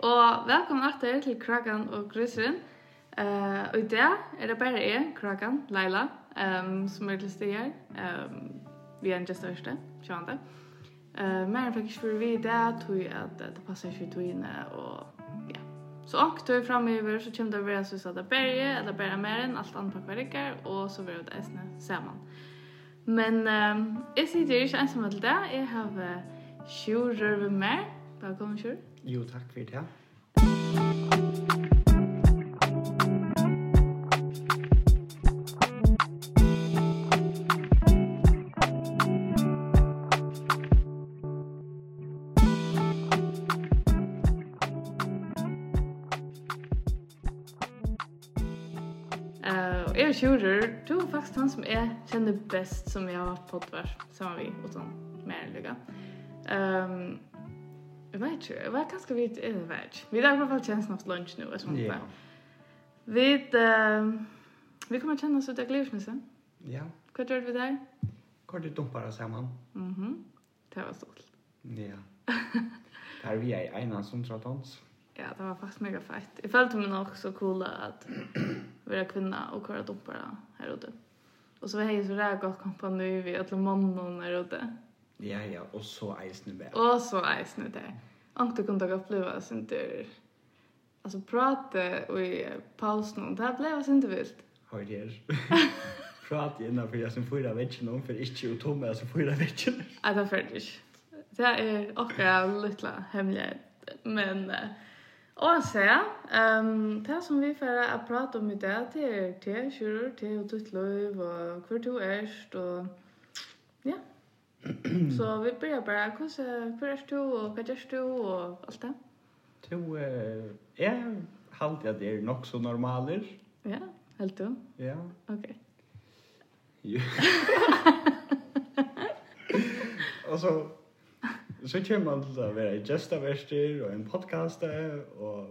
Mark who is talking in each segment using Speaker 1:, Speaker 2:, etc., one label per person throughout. Speaker 1: Og velkommen atter til Krakan og Grøseren. Uh, og i dag er det bare jeg, Krakan, Leila, um, som er til stede her. Um, vi er en gjest øverste, sjående. Uh, men jeg fikk ikke for vi i dag, tog jeg at eh, det passer ikke ut inne, og ja. Så og tog jeg fremover, så kommer det å være så at det er bare jeg, eller bare mer enn alt annet pakker rikker, og så vil det eisene sammen. Men um, jeg sitter ikke ensom til det. Jeg har uh, Sjur Røve med. Velkommen, Sjur.
Speaker 2: Jo, takk for det.
Speaker 1: Eh, og jeg er Sjurur, du er faktisk han som jeg kjenner best som jeg har vært poddvars sammen vi, og sånn, mer eller lykka. Um, jeg vet ikke, jeg vet ganske vidt, jeg vet ikke. Vi har er i hvert fall kjent snart lunch nå, jeg sånn.
Speaker 2: Ja.
Speaker 1: Vi, uh, vi kommer kjenne oss ut av glivsnissen.
Speaker 2: Ja,
Speaker 1: Hva gjør vi der?
Speaker 2: kort du dumpar oss sammen.
Speaker 1: Mhm, det var stort.
Speaker 2: Ja. Der vi er i ena som tratons.
Speaker 1: Ja, det var faktisk mega fett. Jeg følte meg nok så cool at være kvinne og køre dumpere her ute. Og så var jeg så ræg godt kompani vi alle mannen her ute.
Speaker 2: Ja, ja, og så er eisne med.
Speaker 1: Og så eisne det. Ante kunne dere oppleve sin tur. Altså prate og i pausen, og det ble sin tur vilt.
Speaker 2: Hør her. Prat igjen for jeg som fyra vetsjen om, for ikke å tomme jeg som fyra vetsjen.
Speaker 1: Nei, det er ferdig. Det er akkurat litt hemmelighet. Men eh, oavsett, um, det som vi får å prate om i dag, det er te, kjører, te og ditt liv, og hvor du erst, og ja. Så vi börjar bara, hvordan, hvor erst du, og hva gjørs du, og alt det.
Speaker 2: To, eh, jeg halte at det er nok så normaler.
Speaker 1: Ja, helt du.
Speaker 2: Ja.
Speaker 1: Ok.
Speaker 2: Jo. og så, så kommer man til å være i gestaverster og en podcast og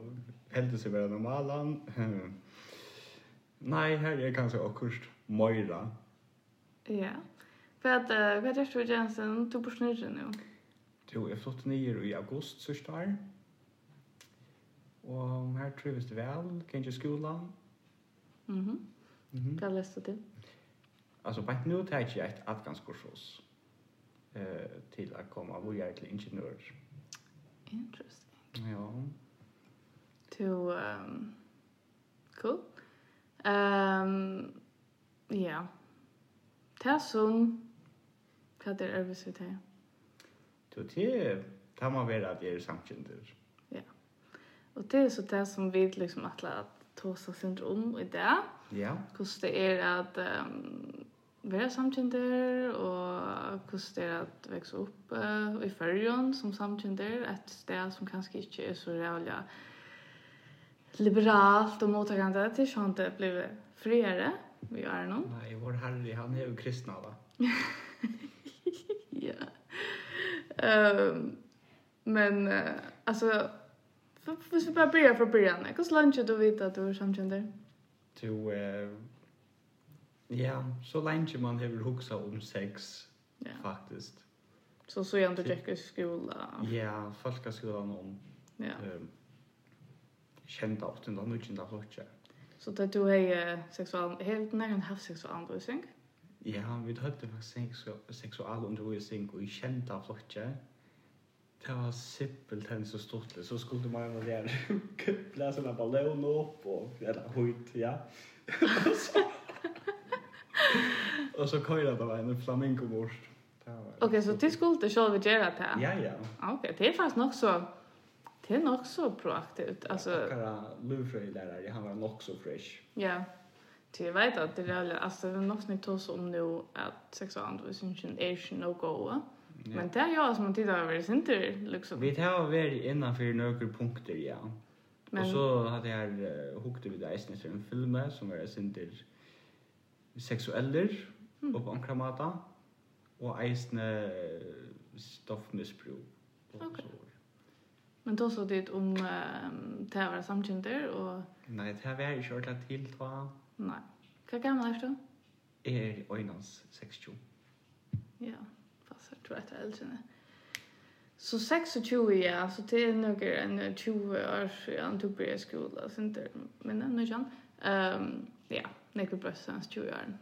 Speaker 2: heldig seg være normalen. Nei, her er kanskje akkurat Moira.
Speaker 1: Ja. Hva, eh, hva gjørs du, Jensen? Du bor snurre nå.
Speaker 2: Jo, jeg er flott nyer i august, sørste år. Og her trives det vel, kanskje skolan.
Speaker 1: Mhm.
Speaker 2: Mhm.
Speaker 1: Hva leste du til?
Speaker 2: Altså, bare nå tar jeg ikke et adgangskurs hos eh, til å komme hvor jeg er til ingeniør.
Speaker 1: Interesting.
Speaker 2: Ja,
Speaker 1: to um cool. Ehm ja. Ta som hvat er ervis við tær.
Speaker 2: Så det tar man vera at jeg er samkjendur.
Speaker 1: Og det er så det som vi liksom atla at tosa sindr om i dag.
Speaker 2: Ja.
Speaker 1: Hvordan det er at um, være samkjender, og hvordan det er at vekse opp eh, i førjen som samkjender, et sted som kanskje ikke er så rævlig liberalt og mottakende, til sånn at det blir friere, vi er noen.
Speaker 2: Nei, vår herre, han er jo kristna da.
Speaker 1: Ja. Ehm men uh, alltså för för vi bara börja från början. Jag kan lunch då vet att du är samkänner.
Speaker 2: Så, eh, ja, så lenge man hever huksa om sex,
Speaker 1: Ja.
Speaker 2: faktisk.
Speaker 1: Så så jag inte checkar skola.
Speaker 2: Ja, folkaskolan om
Speaker 1: Ja.
Speaker 2: eh, kjenta åttenda, nukjenta flotja.
Speaker 1: Så det du är eh, sexual helt när en halv sexual undervisning.
Speaker 2: Ja, vi hadde faktisk seksu- seksualundervisning og kjenta flotja. Det var simpelthen så stortlig, så skulle man jo gjerne blæse en ballon opp og eller høyt, ja. Og så- og så køyra det var en flamingomorst. Det var-
Speaker 1: Okej, så det skulle det själva göra det.
Speaker 2: Ja, ja.
Speaker 1: Ah, Okej, det är faktiskt nog så det är nog så proaktivt. Alltså
Speaker 2: Akkara lufrøylærere, han var nok så fresh.
Speaker 1: Ja. Ty jag vet att det är väl alltså det er är något nytt oss om nu att sexualundervisningen är ju no go.
Speaker 2: Ja.
Speaker 1: Men det er är jag som tittar över sin tur liksom.
Speaker 2: Vi tar vært innanfor noen punkter, ja.
Speaker 1: Men
Speaker 2: Og så hadde jeg uh, hukte vi det eisen etter en film som var sinter seksueller
Speaker 1: Mm.
Speaker 2: og på ankra mata og eisen eh, stoffmisbruk. og
Speaker 1: Ok.
Speaker 2: så.
Speaker 1: men då så det om um, tävlar samtidigt och
Speaker 2: Nei, det her var ikke ordentlig til da.
Speaker 1: nej. Hur gammal är er du?
Speaker 2: Jeg er øynens 60.
Speaker 1: Ja, fast jag tror att jag är äldre. än er det. Så 26, ja, så det er nok en 20 år siden du blir i skola, synes jeg, men ennå er ikke han. Um, ja, nekker bare siden 20 år.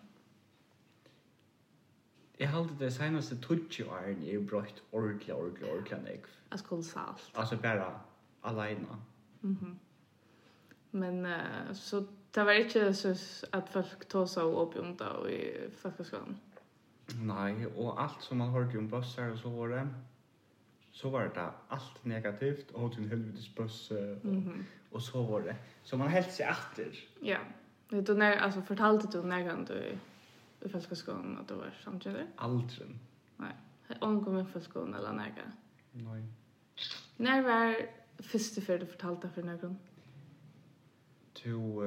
Speaker 2: Jeg halte det seneste 20 åren er brøtt ordentlig, ordentlig, ordentlig nekv.
Speaker 1: Jeg skulle salt. Mhm.
Speaker 2: Altså bare alene.
Speaker 1: Men eh, så det var ikke så at folk tog seg opp om det i folkeskolen.
Speaker 2: Nei, og alt som man hørte om bøsser og så var det, så var det alt negativt, og til en helvetes bøsse, og, og så var det. Så man helt seg etter.
Speaker 1: Mhm. Ja. Vet du, när, alltså, fortalte du när gang du i folkeskolen at du var samtidig?
Speaker 2: Aldri.
Speaker 1: Omkom i folkeskolen eller när gang?
Speaker 2: Nei.
Speaker 1: När var første før du fortalte for noen?
Speaker 2: To, uh,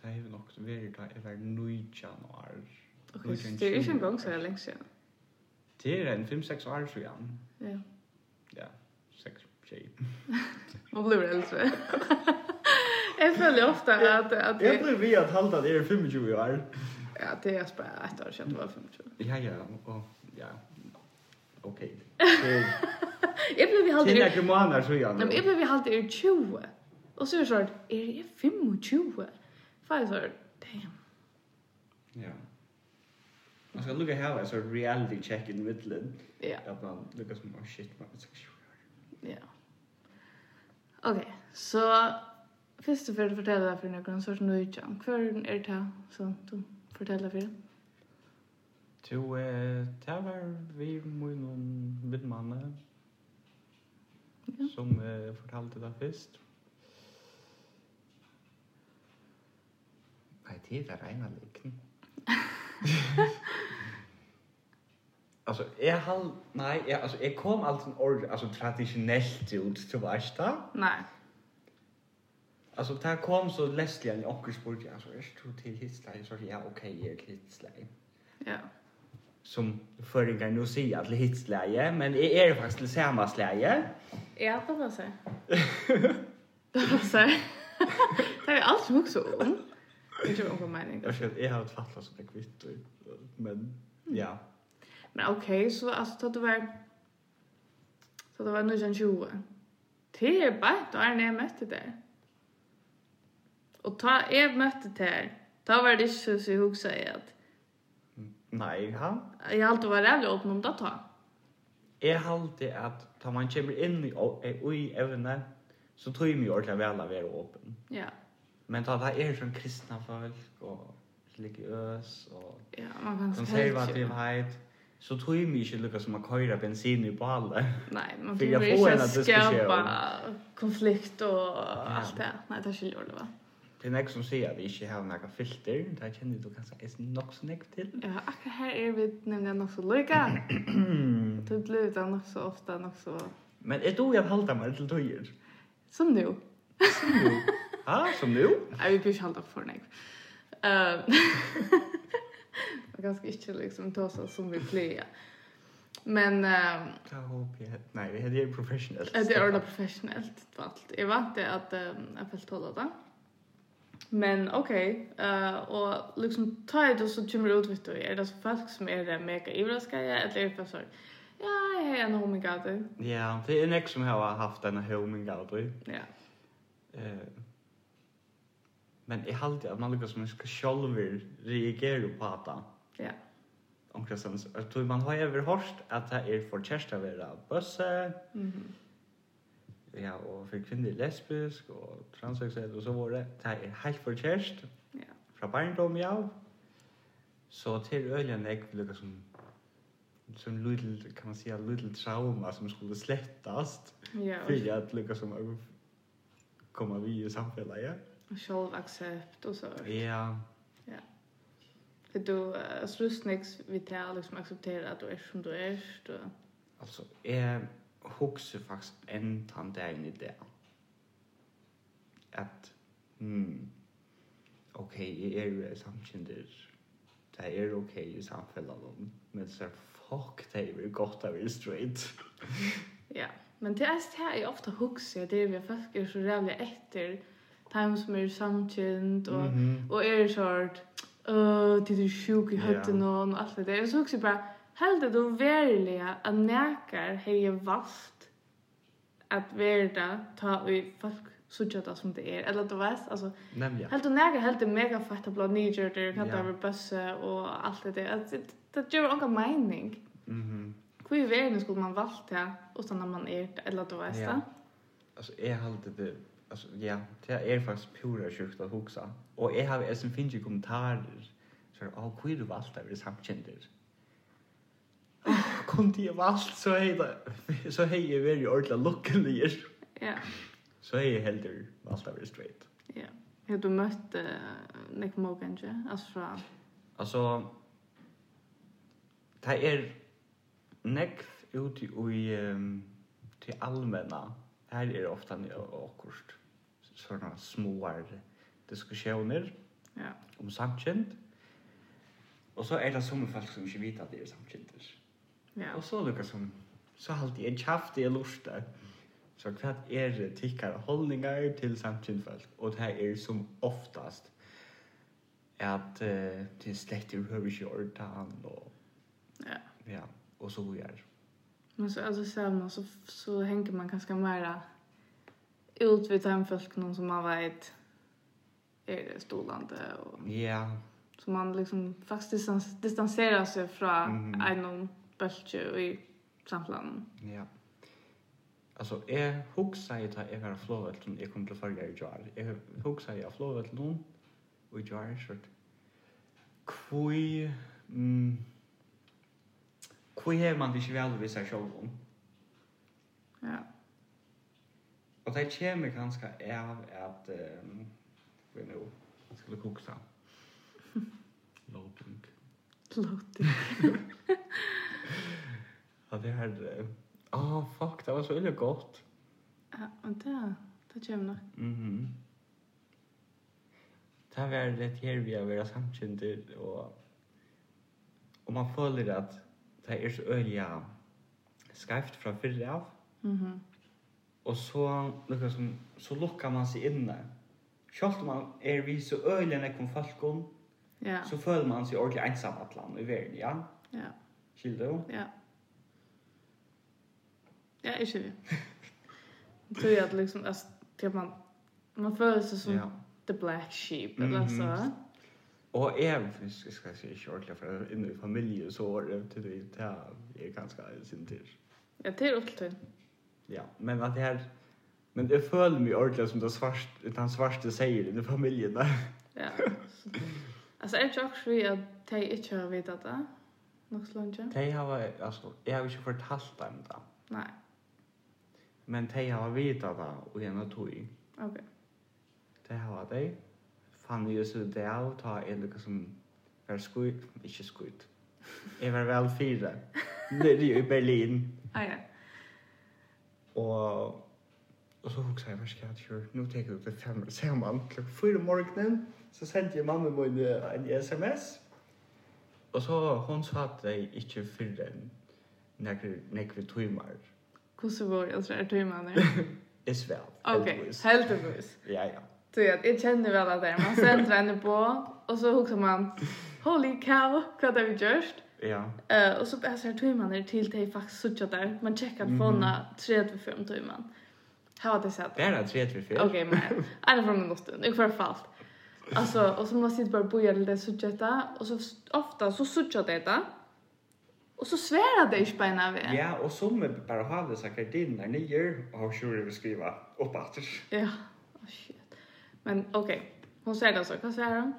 Speaker 2: det er jo nok veldig da, jeg var nøytjan år.
Speaker 1: Ok,
Speaker 2: Noen
Speaker 1: så det er ikke
Speaker 2: tjue
Speaker 1: engang
Speaker 2: år.
Speaker 1: så er lenge siden.
Speaker 2: Det er en 5-6 år siden.
Speaker 1: Ja.
Speaker 2: Ja, 6, 6.
Speaker 1: Man blir eldre. jeg føler ofte at, at
Speaker 2: Jeg
Speaker 1: det,
Speaker 2: blir vi at halda det er 25 år.
Speaker 1: ja, det er bare ett år siden det var 25.
Speaker 2: Ja, ja, og, ja. Ok. Så-
Speaker 1: Jeg ble vi
Speaker 2: Til
Speaker 1: aldri
Speaker 2: jeg er ikke måneder så gjerne.
Speaker 1: Nei, men jeg ble halvt er 20. Og så er det sånn, er jeg 25? Faen, så er det, damn.
Speaker 2: Ja. Man skal lukka her, altså reality check in middelen.
Speaker 1: Ja,
Speaker 2: At man lukka som, oh shit, man er 26 år.
Speaker 1: ja. Ok, så først og først fortelle deg for noen sorts nøytjan. Hva er det her som du forteller for det?
Speaker 2: To, eh, det var vi med noen midtmanne
Speaker 1: Ja.
Speaker 2: som eh, fortalte det først. Nei, det er det regna likken. altså, jeg hal... Nei, jeg, altså, jeg kom alltid en ordentlig, altså tradisjonelt ut til Varstad.
Speaker 1: Nei.
Speaker 2: Alltså där kom så Leslie en och spurte alltså är du till Hitler så ja er okej okay, är till Hitler
Speaker 1: Ja.
Speaker 2: som föringar nu säger att Hitler men är är det faktiskt till samma släge
Speaker 1: Ja, det var så. Det var så. Det er jo alt som også om. Det er ikke noen mening.
Speaker 2: jag ska jag har fattat så det er kvitt men ja
Speaker 1: Men okej, så alltså då det var så det var nu sen 20. Det är bara då är när jag mötte det. Och ta er jag mötte det. Då var det så så jag också är att
Speaker 2: nej han
Speaker 1: jag alltid var um jävla öppen om det ta.
Speaker 2: är alltid att ta man kommer in i i evne så tror jag mig ordentligt väl att vara öppen
Speaker 1: Ja.
Speaker 2: men ta det är som kristna folk och religiös och
Speaker 1: Ja, man kan
Speaker 2: konservativhet så tror jag mig inte lukka som att köra bensin i ballen
Speaker 1: Nej, man
Speaker 2: Vill
Speaker 1: får
Speaker 2: jag
Speaker 1: väl
Speaker 2: få en
Speaker 1: inte
Speaker 2: att det ska
Speaker 1: skapa konflikt och allt det. Nej, det skiljer det va.
Speaker 2: Det er nek som sier at vi ikke har nekka filter, det kjenner du kanskje er nok så nek til.
Speaker 1: Ja, akkurat här är vi nämligen också lika. Det blir utan också ofta också.
Speaker 2: Men er du jeg halda meg til tøyer?
Speaker 1: Som nu.
Speaker 2: Som nu. Ha, som nu?
Speaker 1: Jeg vil ikke holde opp for meg. Um, og ganske ikke liksom ta seg som vi pleier. Men um,
Speaker 2: Da håper jeg... Nei, vi heter professional.
Speaker 1: det er ordentlig professionelt på alt. Jeg vant det at um, jeg følte holde det. Men ok, uh, og liksom ta i det så kommer ut, vet du, er det så folk som er eh, mega ivraskeie, eller er det bare sånn, ja, jeg er en homogater.
Speaker 2: Ja, det er nek som har haft denne homing av det.
Speaker 1: Ja.
Speaker 2: Eh, Men jeg halda at man lukka som man skal sjolver reagere på det.
Speaker 1: Ja.
Speaker 2: Omkring sens. Jeg tror man har overhørst at det er for kjæreste å være bøsse,
Speaker 1: Mhm.
Speaker 2: ja, og for kvinner lesbisk og transseksuell og så var det. Det er helt forkjærst.
Speaker 1: Ja.
Speaker 2: Fra barndom, ja. Så er til øyne jeg vil lukka som som little, kan man säga, little trauma som skulle slättas
Speaker 1: Ja,
Speaker 2: för att lyckas som att komma vid i samhället, ja.
Speaker 1: og selv aksept og så.
Speaker 2: Ja,
Speaker 1: För du uh, slussnäcks vi tar liksom acceptera att du är som du er, är. Du...
Speaker 2: alltså jag huxar faktiskt en tant där inne där. Att, hmm, er okej, okay, jag är samtidigt. Det är okej okay i samhället, men så fuck, det er är gott att vara straight.
Speaker 1: Ja. Men det är det här är ofta huxigt. Det är vi folk är så jävla efter. Time som är samkänt och,
Speaker 2: Mhm.
Speaker 1: och är så att uh, det är sjuk i
Speaker 2: Ja.
Speaker 1: hötten yeah. och allt det där. Och så också bara Heldur du verilega at nekar hei vast at verda ta vi folk suttja det som det er? Eller du veist, altså,
Speaker 2: Nämligen.
Speaker 1: heldur du nekar heldur mega fætt at blá nýgjörder, kallt
Speaker 2: Ja.
Speaker 1: over busse og allt det der. Det, det gjør onga meining.
Speaker 2: Mhm.
Speaker 1: Hvor i verden skulle man valgt det, utan at man er det, eller du veist
Speaker 2: Ja.
Speaker 1: det?
Speaker 2: Alltså är halt det alltså ja, det är faktiskt pura sjukt att huxa. Och jag har även finns ju kommentarer så att oh, queer du valt över det samkändes. Kom till jag valt så hej då. Så er hej är väldigt ordla lucklig.
Speaker 1: Ja.
Speaker 2: Så er hej är helder valt över det straight.
Speaker 1: Ja. Har du møtt uh, Nick Mogan, ikke? Altså fra...
Speaker 2: Alltså det är nekv ute i um, till allmänna. Här är det er ofta akkurst sådana små diskussioner
Speaker 1: Ja.
Speaker 2: om samkjent. um Og så er det som folk som ikke vet at det er samkjenter.
Speaker 1: Ja.
Speaker 2: Og så er det som, så halte jeg kjaft i lorte. Så hva er det tikkere holdninger til samkjentfolk? Og det er som oftast at uh, det er slett i høyre ikke ordan og
Speaker 1: Ja.
Speaker 2: ja, og så gjør.
Speaker 1: Men så alltså samma så så hänger man ganska mera ut vid den folken som man vet är det stolande och
Speaker 2: Ja,
Speaker 1: så man liksom fast distans, distanserar sig från
Speaker 2: Mhm.
Speaker 1: en bältje och i samplanen.
Speaker 2: ja. Altså, jeg husker jeg da jeg var flåvelten, jeg kom til forrige i jar. Jeg husker jeg flåvelten, og i er jar, så kvui mm kvui hevur man ikki vel við seg sjálvum.
Speaker 1: Ja.
Speaker 2: Og tað kemur kanska av at ehm við nú skulle koksa. Loping.
Speaker 1: Låter.
Speaker 2: Ja, det er eh, Ah, fuck, det var så ille godt.
Speaker 1: Ja, och det det kommer nog.
Speaker 2: Mhm. Det var det her vi har vært samkjentet, og, og man føler at det er så øyelig skreft fra fyrre av,
Speaker 1: Mhm.
Speaker 2: Og så, lukka som, så lukkar man seg inne. Sjálft om man er vi så øyelig enn ekkum falkon,
Speaker 1: Ja.
Speaker 2: så føler man seg ordentlig ensam atlan i verden, ja?
Speaker 1: Ja.
Speaker 2: Skilder du?
Speaker 1: Ja. Ja, jag kör ju. Jag tror att liksom alltså typ man man føler sig som
Speaker 2: Ja.
Speaker 1: the black sheep eller
Speaker 2: Mhm.
Speaker 1: så.
Speaker 2: Og jeg, jeg skal si ikke ordentlig, for jeg er inne i familie, så er det til det, det er ganske sin til.
Speaker 1: Ja, det är upp till.
Speaker 2: Ja, men at det her, men jeg føler meg ordentlig som det svart, den svarte sier i familien.
Speaker 1: Ja. Så- Alltså är jag också vi att ta inte har vetat det. Nog så långt. ja.
Speaker 2: De har, altså, jeg har ikke fortalt dem det,
Speaker 1: Nej.
Speaker 2: men de har vita det, og gjennom tog.
Speaker 1: Okej.
Speaker 2: Det har vært det. Fann jo så det av, ta en lukka som var skuit, ikke skuit. Jeg var vel fire, nere i Berlin.
Speaker 1: Ah, ja.
Speaker 2: Og, og så huksa jeg, hva skal jeg gjøre? Nå teker du det fem år sammen. Klokka fyra om morgenen, så sendte jeg mamma min eh, en sms. Og så hun sa at jeg ikke fyrre enn nekve, nekve timer.
Speaker 1: Hur så var jag så här timmar nu.
Speaker 2: Jeg svev.
Speaker 1: Okej.
Speaker 2: heldigvis.
Speaker 1: Helt övervis.
Speaker 2: Ja, ja.
Speaker 1: Så jag jag känner väl att det är man sänder henne på och så hugger man holy cow, vad har vi gjort?
Speaker 2: Ja,
Speaker 1: Eh och så är så här timmen är till dig faktiskt sucha där. Man checkar
Speaker 2: Mhm.
Speaker 1: fåna 35 timmen. Här har det sett.
Speaker 2: bare tre til fire.
Speaker 1: Okej, men alla från minuter. Jag får fallt. Alltså och så måste jag bara boja lite sucha där och så s- ofta så sucha det där. Och så svärar det i spänna vi.
Speaker 2: Ja, og som er bare å ha det så gardinen er nye, og har sjur å skrive opp etter.
Speaker 1: Ja. Oh, shit. Men okej. Hon säger det så. Vad säger hon?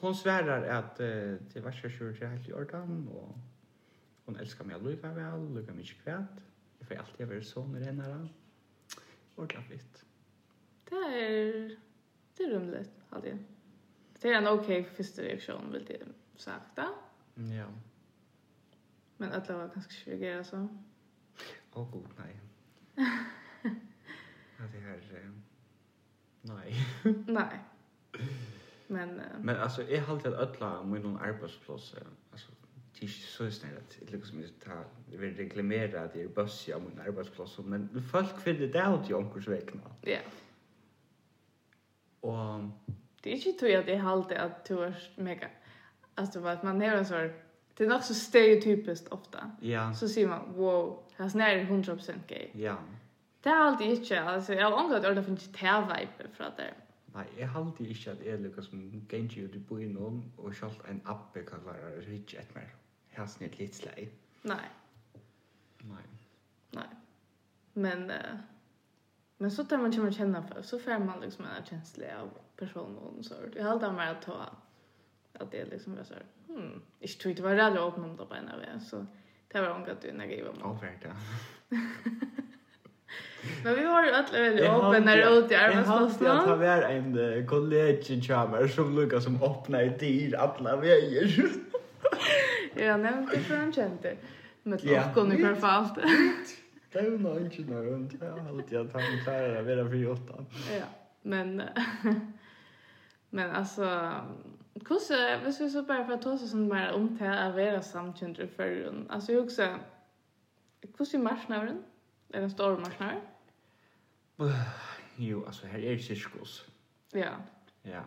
Speaker 2: Hun sverar at uh, det var ikke sjur til helt i orden, og hun elskar meg lukka vel, lukka mykje kvæt. Jeg får alltid være sånn i henne. Ordentlig fint.
Speaker 1: Det är det er är rumligt alltid. Det är en okej första reaktion vill det sakta.
Speaker 2: Ja.
Speaker 1: Men att det var ganska svårt så.
Speaker 2: Å god, nei. ja, det er... eh, nei.
Speaker 1: Nej. Men eh,
Speaker 2: Men altså, jeg har alltid ødla min noen arbeidsplass. eh, Altså, det er ikke så snill at jeg liksom jeg tar, jeg vil reklamere at jeg er buss av min arbeidsplass. Men folk finner det ut i omkurs vekna.
Speaker 1: ja,
Speaker 2: Og
Speaker 1: er det är ju tror jag det är alltid att du är mega. Alltså vad man är en sån Det är nog så stereotypiskt ofta.
Speaker 2: Ja.
Speaker 1: Så säger man, wow, här snär är 100% gay.
Speaker 2: Ja.
Speaker 1: Det är alltid inte, alltså jag har ångrat att det finns inte vibe för att det är.
Speaker 2: Nei, jeg halte ikke at um jeg lukkar som gengi ut i byen om, og sjalt en abbe kan være rikki et mer. Hasen er litt slei.
Speaker 1: Nej,
Speaker 2: Nei.
Speaker 1: nej. Men, eh, men så tar man kommer känna för, så får man liksom en känsla av personen och så. Jag har alltid med att ta att det är liksom jag så här, hmm, jag tror inte det var rädd att öppna om det på en av er, så det var ångrat du när jag var med.
Speaker 2: Avvært, ja.
Speaker 1: Men vi var ju alla väldigt öppna när ute i
Speaker 2: Jeg halte at
Speaker 1: arbetsplatsen.
Speaker 2: han var en eh, kollegi kjamer som lukkar som åpna i dyr alla veier.
Speaker 1: Jag nämnde för han kände. Men
Speaker 2: Ja. Mm.
Speaker 1: jag kunde ju för allt.
Speaker 2: Det er jo noe ikke noe rundt. Jeg halte at han klarer å være fri åtta.
Speaker 1: Ja, men eh, men alltså kusse, hvis vi så bara för att ta oss sånt mer om till att vara samkända förrun. Alltså jag också kusse marsnaren är en stor marsnare.
Speaker 2: Jo, altså, her er sirkus.
Speaker 1: Ja.
Speaker 2: Ja.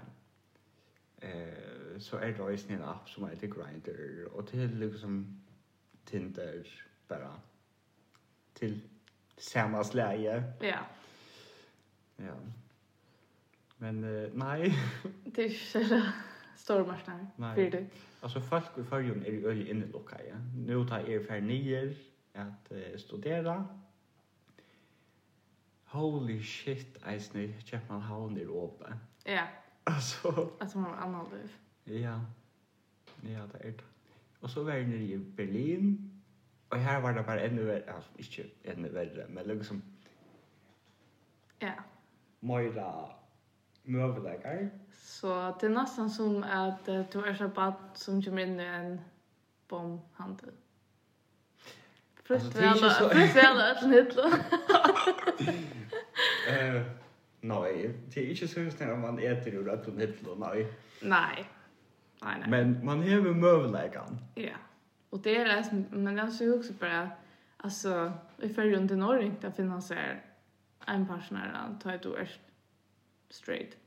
Speaker 2: Eh, så er det også en app som heter Grindr, og det er liksom Tinder bare til samme slæge.
Speaker 1: Ja.
Speaker 2: Ja. Men eh, nei,
Speaker 1: Det är så stor marsnare.
Speaker 2: Nej.
Speaker 1: För det.
Speaker 2: altså folk i fargen er jo øye innelukka, ja. Nå tar jeg fer nyer at eh, studera. Holy shit, eisne, Kjøpmanhavn er åpen.
Speaker 1: Ja,
Speaker 2: Altså,
Speaker 1: att man har annan liv.
Speaker 2: Ja. Ja, det er det. Og så var jeg nede i Berlin, og her var det bare enda verre, altså ikke enda verre, men liksom
Speaker 1: Ja.
Speaker 2: Moira møvelegar.
Speaker 1: Så det är nästan som att eh, du är så bad som kommer in i en bombhandel.
Speaker 2: Alltså,
Speaker 1: Frukt
Speaker 2: det är
Speaker 1: väl,
Speaker 2: ju så-
Speaker 1: frukt väl att nitla.
Speaker 2: Uh, nei, det er ikke så snart at man eter ur rødt og nittel, nei.
Speaker 1: Nej. Nej, nej.
Speaker 2: Men man hever møvelegan.
Speaker 1: Ja. Och det är det som, men jag ser också bara, alltså, i förrjun till Norge, där finns här en partner, ta ett år er straight.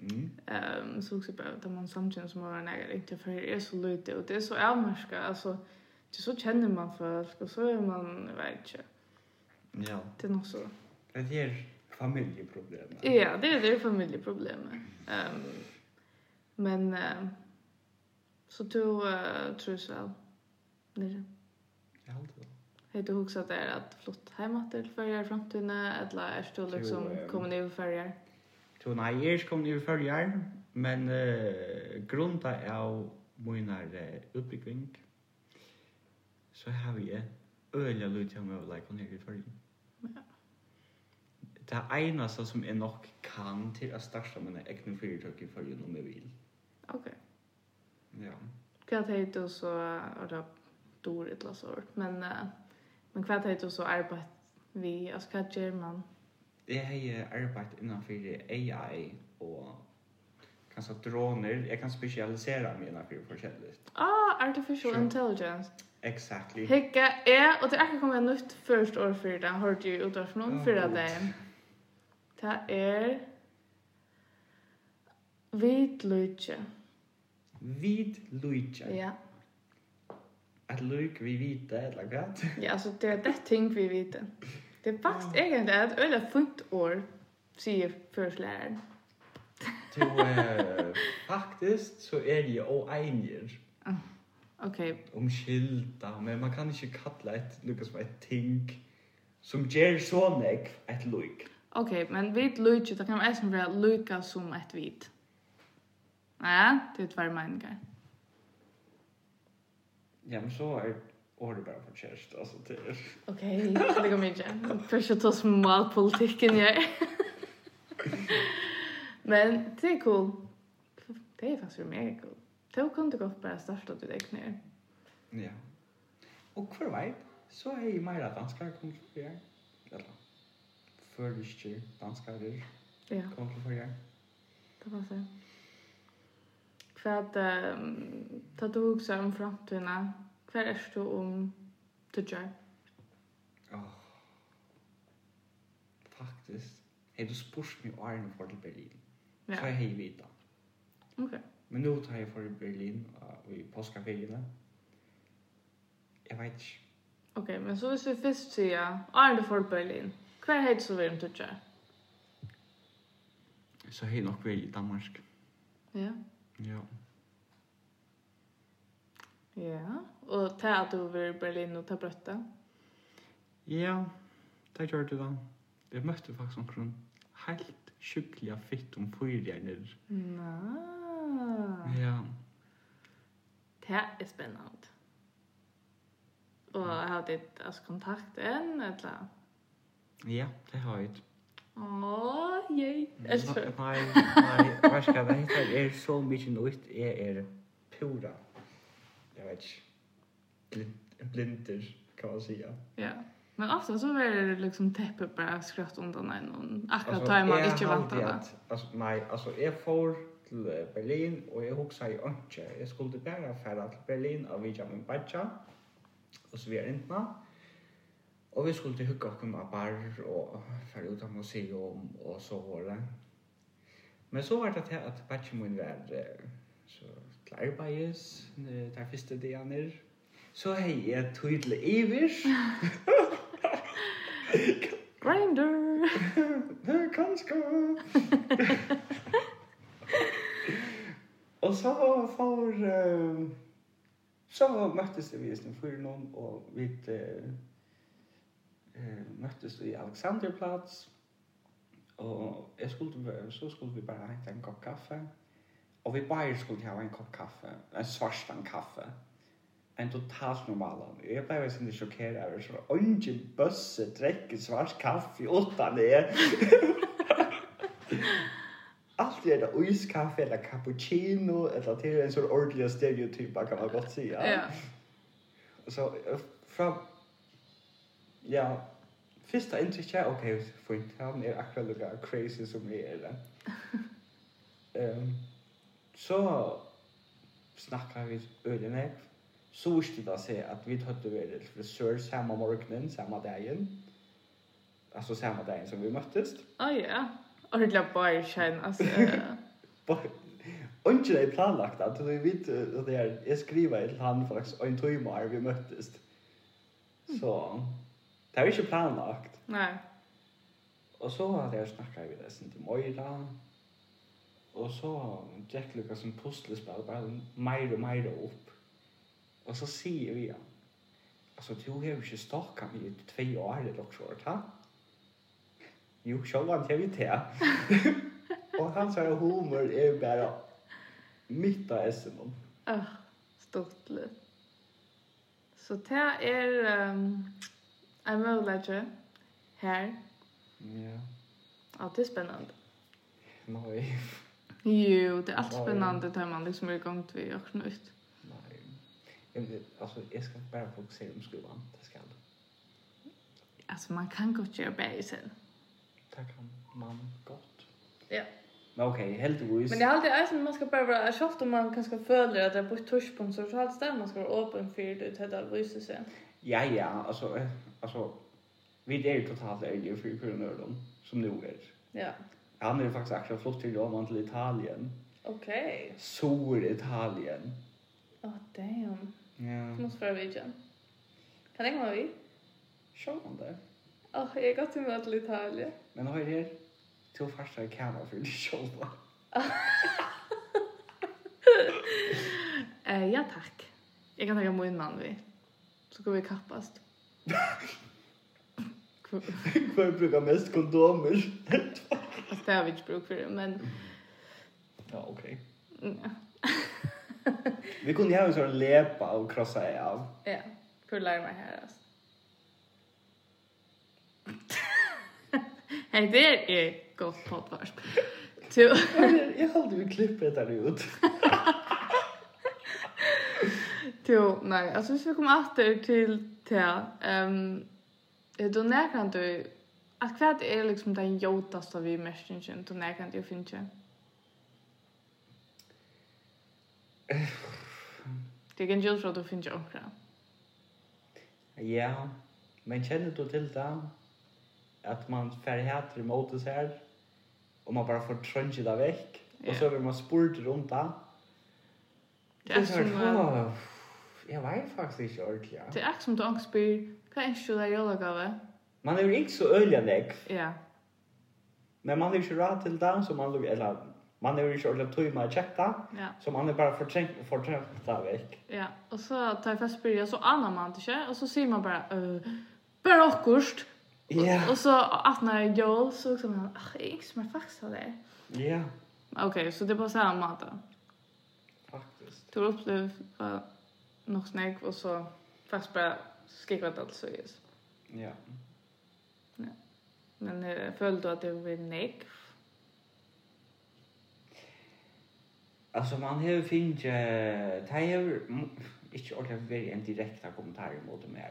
Speaker 2: Mm.
Speaker 1: Ehm så också bara att man samtidigt som man är inte för det är er så lite och det är så avmärska, alltså, det är så känner man folk och så är man, jag vet inte,
Speaker 2: Ja.
Speaker 1: det är nog så.
Speaker 2: Det er familieproblemet.
Speaker 1: Ja, det är det familjeproblemet. Ehm men, ehm så du uh, tror så väl, nere.
Speaker 2: Jeg halte det.
Speaker 1: Har du hugsat där att flott hemåt till färger framtiden eller är du liksom
Speaker 2: Jo, ehm.
Speaker 1: kommer ni över färger?
Speaker 2: Så nei, jeg kom ned i førre år, men uh, grunda av min uh, utbygging, så har vi øyelig lyd til meg å leke ned i førre.
Speaker 1: Ja.
Speaker 2: Det eneste som jeg nok kan til å starte mine egne fyrtøk i førre om jeg um vil.
Speaker 1: Okej.
Speaker 2: Ja.
Speaker 1: Kvart hej då så har det dåligt eller så ort, men eh, men kvart hej då så arbetar vi alltså kvart gör man.
Speaker 2: Jeg har eh, arbeidet innenfor AI og kanskje droner. Jeg kan spesialisere meg innenfor forskjellig.
Speaker 1: Ah, artificial
Speaker 2: Sure.
Speaker 1: intelligence.
Speaker 2: Exactly.
Speaker 1: Hicka är och det är kommer nytt först år för det har du ju utifrån någon
Speaker 2: Ja,
Speaker 1: förra
Speaker 2: god.
Speaker 1: dagen. Det är vit lutje.
Speaker 2: Vid lydtje.
Speaker 1: Ja.
Speaker 2: At lyk vi vite, eller hva?
Speaker 1: Ja, alltså det är det ting vi vet. Det er är faktiskt egentligen ett öle fint år, säger försläraren.
Speaker 2: Så eh, faktisk så er de jo enige
Speaker 1: Okej,
Speaker 2: om skilda, men man kan ikke kalla et lukka som er et ting som gjør så nek et lukk.
Speaker 1: okej, men vit lutje, då kan man även börja luka som ett vit. Nej, det er är tvär meningar.
Speaker 2: Ja, men så er ordet bare for kjærest, altså det er...
Speaker 1: Okej, det går mycket. Först att ta som malpolitiken jag är. Men det är cool. Det är faktiskt mega cool. Då kan du gott bara starta du dig ner.
Speaker 2: Ja. Og hver vei, så er jeg meira danskar kom til for jeg. Eller, føriske danskarer
Speaker 1: Ja.
Speaker 2: kom til for jeg.
Speaker 1: Det var så. För att um, ta du också om framtiden. Vad är du om du gör?
Speaker 2: Åh. Faktisk. Hei, du spurst meg åren for til Berlin.
Speaker 1: Ja,
Speaker 2: Så er hei vita.
Speaker 1: okej.
Speaker 2: uh, Men nu tar jag för Berlin eh, i påskaferierna. Jeg vet ikke.
Speaker 1: Ok, men så hvis vi først sier, Arne for Berlin, hver heit så vil de tutja?
Speaker 2: Så hei nok vi i Danmark.
Speaker 1: Ja.
Speaker 2: Ja.
Speaker 1: Ja, og til at du vil i Berlin og ta brøtta.
Speaker 2: Ja, det gjør du da. Jeg møtte faktisk noen helt sjukkelig fitt om fyrhjerner.
Speaker 1: Nå.
Speaker 2: Ja.
Speaker 1: Det er spennende. Og jeg har ditt altså, kontakt enn, eller?
Speaker 2: Ja, det har jeg.
Speaker 1: Åh, jeg elsker.
Speaker 2: Nei, nei, hva skal det hette? Jeg er så mye nytt. Jeg er pura. Jeg vet ikke. Blind, blinder, kan man si.
Speaker 1: Ja. Men ofta så var det liksom teppet bara skratt undan en och akkurat
Speaker 2: Altså,
Speaker 1: tar man
Speaker 2: jeg
Speaker 1: inte vant
Speaker 2: haldi
Speaker 1: det.
Speaker 2: at- Altså, nei, altså, jeg får til eh, Berlin, og jeg hoksa i ønske. Jeg skulle bare færa til Berlin og vidja min badja, og så vi er intna. Og vi skulle til hukka okkur med bar og færa ut av museum og så håret. Men så var det til at badja min var eh, så til arbeids, eh, der første dagen Så hei jeg tydelig iver.
Speaker 1: Grinder.
Speaker 2: er Kanskje. og så for eh, så møttes vi i Stenfyrnån og vi eh, eh, møttes i Alexanderplatz og jeg skulle, være- så skulle vi bare hente en kopp kaffe og vi bare skulle ha en kopp kaffe en svarstan kaffe en totalt normal han. Jeg ble jo sånn sjokkeret over så «Ånge bøsse drekker svart kaffe i åttan er!» Alt er det iskaffe eller cappuccino eller til en sånn ordentlig stereotyp kan man godt si.
Speaker 1: Ja.
Speaker 2: Så eh, fra ja, første inntrykk er ok, fint, han er akkurat lukka crazy som jeg er det. Um, så snakka vi øyne meg, så visste det seg at vi hadde vært til frisør samme morgenen, samme dagen, altså samme dagen som vi møttes.
Speaker 1: Åh ja. Ordla bara känn alltså.
Speaker 2: Ikke det er planlagt, at vi vet eh, at det er, jeg skriver til han faktisk en time her vi møttes. Så det er jo ikke planlagt.
Speaker 1: Nej.
Speaker 2: Og så hadde jeg snakket vi det sin til Moira. Og så Jack Lucas som puslespill bare mer og mer opp. Og så sier vi ja. Altså, du har jo ikke stakket meg i tve år eller noe sånt, ha? Jo, selv om jeg vet det. og hans her humor er bare mitt av essen.
Speaker 1: Åh, stort liv. Så det er um, en mulighet her.
Speaker 2: Ja.
Speaker 1: Ja, det er spennende.
Speaker 2: Nei.
Speaker 1: Jo, det er alt
Speaker 2: Ja, ja.
Speaker 1: spennende tar man liksom i gang til å åkne ut.
Speaker 2: Nei. Jeg vet, altså, jeg skal bare fokusere om skolen. Det skal jeg.
Speaker 1: Alltså man kan godt gjøre bare sen.
Speaker 2: Det kan man godt.
Speaker 1: Ja.
Speaker 2: Men okej, heldigvis.
Speaker 1: Men det er alltid en som man skal bare være kjapt om man kanskje føler at det er på et torspunkt, så er det der man skal være åpen for det til det viser seg.
Speaker 2: Ja, ja, alltså, eh, alltså, vi är ju totalt ärliga för Björn Ördom, som nu är.
Speaker 1: Ja,
Speaker 2: Han är ju faktiskt akkurat flott till Roman till Italien.
Speaker 1: ok.
Speaker 2: Sor Italien.
Speaker 1: Åh, damn.
Speaker 2: Ja.
Speaker 1: Det måste vara vidjan. Kan jeg komme vi?
Speaker 2: Kör man det?
Speaker 1: Åh, jeg er godt i møte til Italien.
Speaker 2: Men har er till farsa i kameran för det själva.
Speaker 1: Eh, ja, takk. Jeg kan tenke min mann vi. Så går vi kappast. altså,
Speaker 2: Kvar brukar mest kondomer.
Speaker 1: det har vi ikke bruk for det, men... Mm.
Speaker 2: Ja, okej.
Speaker 1: Ja,
Speaker 2: Vi kunde ju ha en sån lepa och krossa av.
Speaker 1: ja. Hvor lærer meg her, altså. Hei, det er godt podvarsp. Så,
Speaker 2: Jag hade vi klippet där ut.
Speaker 1: så, nei, altså hvis vi kommer atter til Thea, um, er du nærkant du, at hva er liksom den jodaste vi mestingen, du nærkant du finner ikke? Det kan ikke ut fra at du finner ikke omkring.
Speaker 2: Ja, men kjenner du til det? At man fer hæter mot oss her, og man bare får trønge det vekk,
Speaker 1: Ja.
Speaker 2: og så blir man spurt rundt det.
Speaker 1: Det er
Speaker 2: Så
Speaker 1: som,
Speaker 2: sånn,
Speaker 1: eh,
Speaker 2: åh, Jeg vet faktisk ikke ordentlig, ja.
Speaker 1: Det er ikke som du angst spyr, hva er ikke du der jólagave?
Speaker 2: Man er jo ikke så øyelig nek,
Speaker 1: Ja,
Speaker 2: men man er jo ikke rad til det, så man er eller, man er jo ikke ordentlig tøy med å tjekke det,
Speaker 1: ja,
Speaker 2: så man er bare fortrengt, fortrengt det vekk.
Speaker 1: ja. Og så tar jeg først spyr, og så aner man det ikke, og så sier man bare, øh, bare akkurst.
Speaker 2: Ja,
Speaker 1: Og så at når jeg jól, så liksom han, ah, jeg er ikke som er faktisk av det.
Speaker 2: ja,
Speaker 1: Ok, så det er på samme måte.
Speaker 2: faktisk.
Speaker 1: Du har opplevd bare nok snakk, og så faktisk bare skikket alt så gis.
Speaker 2: Ja.
Speaker 1: Men eh, føler du at det blir nekk?
Speaker 2: Altså, man har jo finnet, det har jo m- ikke ordentlig vært en direkte kommentar mot dem her,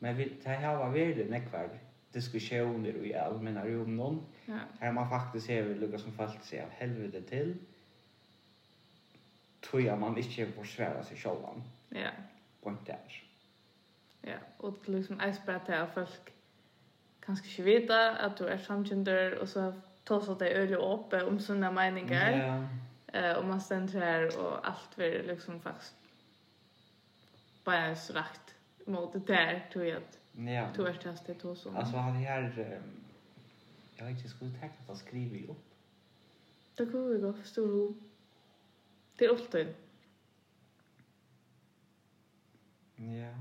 Speaker 2: men vi- det har vært veldig nekvar diskusjoner i allmenn rom noen,
Speaker 1: Ja,
Speaker 2: Her man faktisk hever lukka som falt seg av helvete til, tror jeg man ikke forsværa seg er. sjålan
Speaker 1: ja,
Speaker 2: på en der.
Speaker 1: ja. Og til liksom eis bare til at folk kanskje ikke vita at du er samkjønder, og så tås at det er øyelig åpe om sånne meninger.
Speaker 2: Ja,
Speaker 1: Eh, og man stender her, og alt blir liksom faktisk bare så rakt mot det der, tror jeg at
Speaker 2: ja.
Speaker 1: du er tjast det hos om.
Speaker 2: Altså, han her, ehm, jeg vet ikke, skulle tenke at han skriver jo opp.
Speaker 1: Det går vi godt, stor ro. Det er alltid.
Speaker 2: Ja.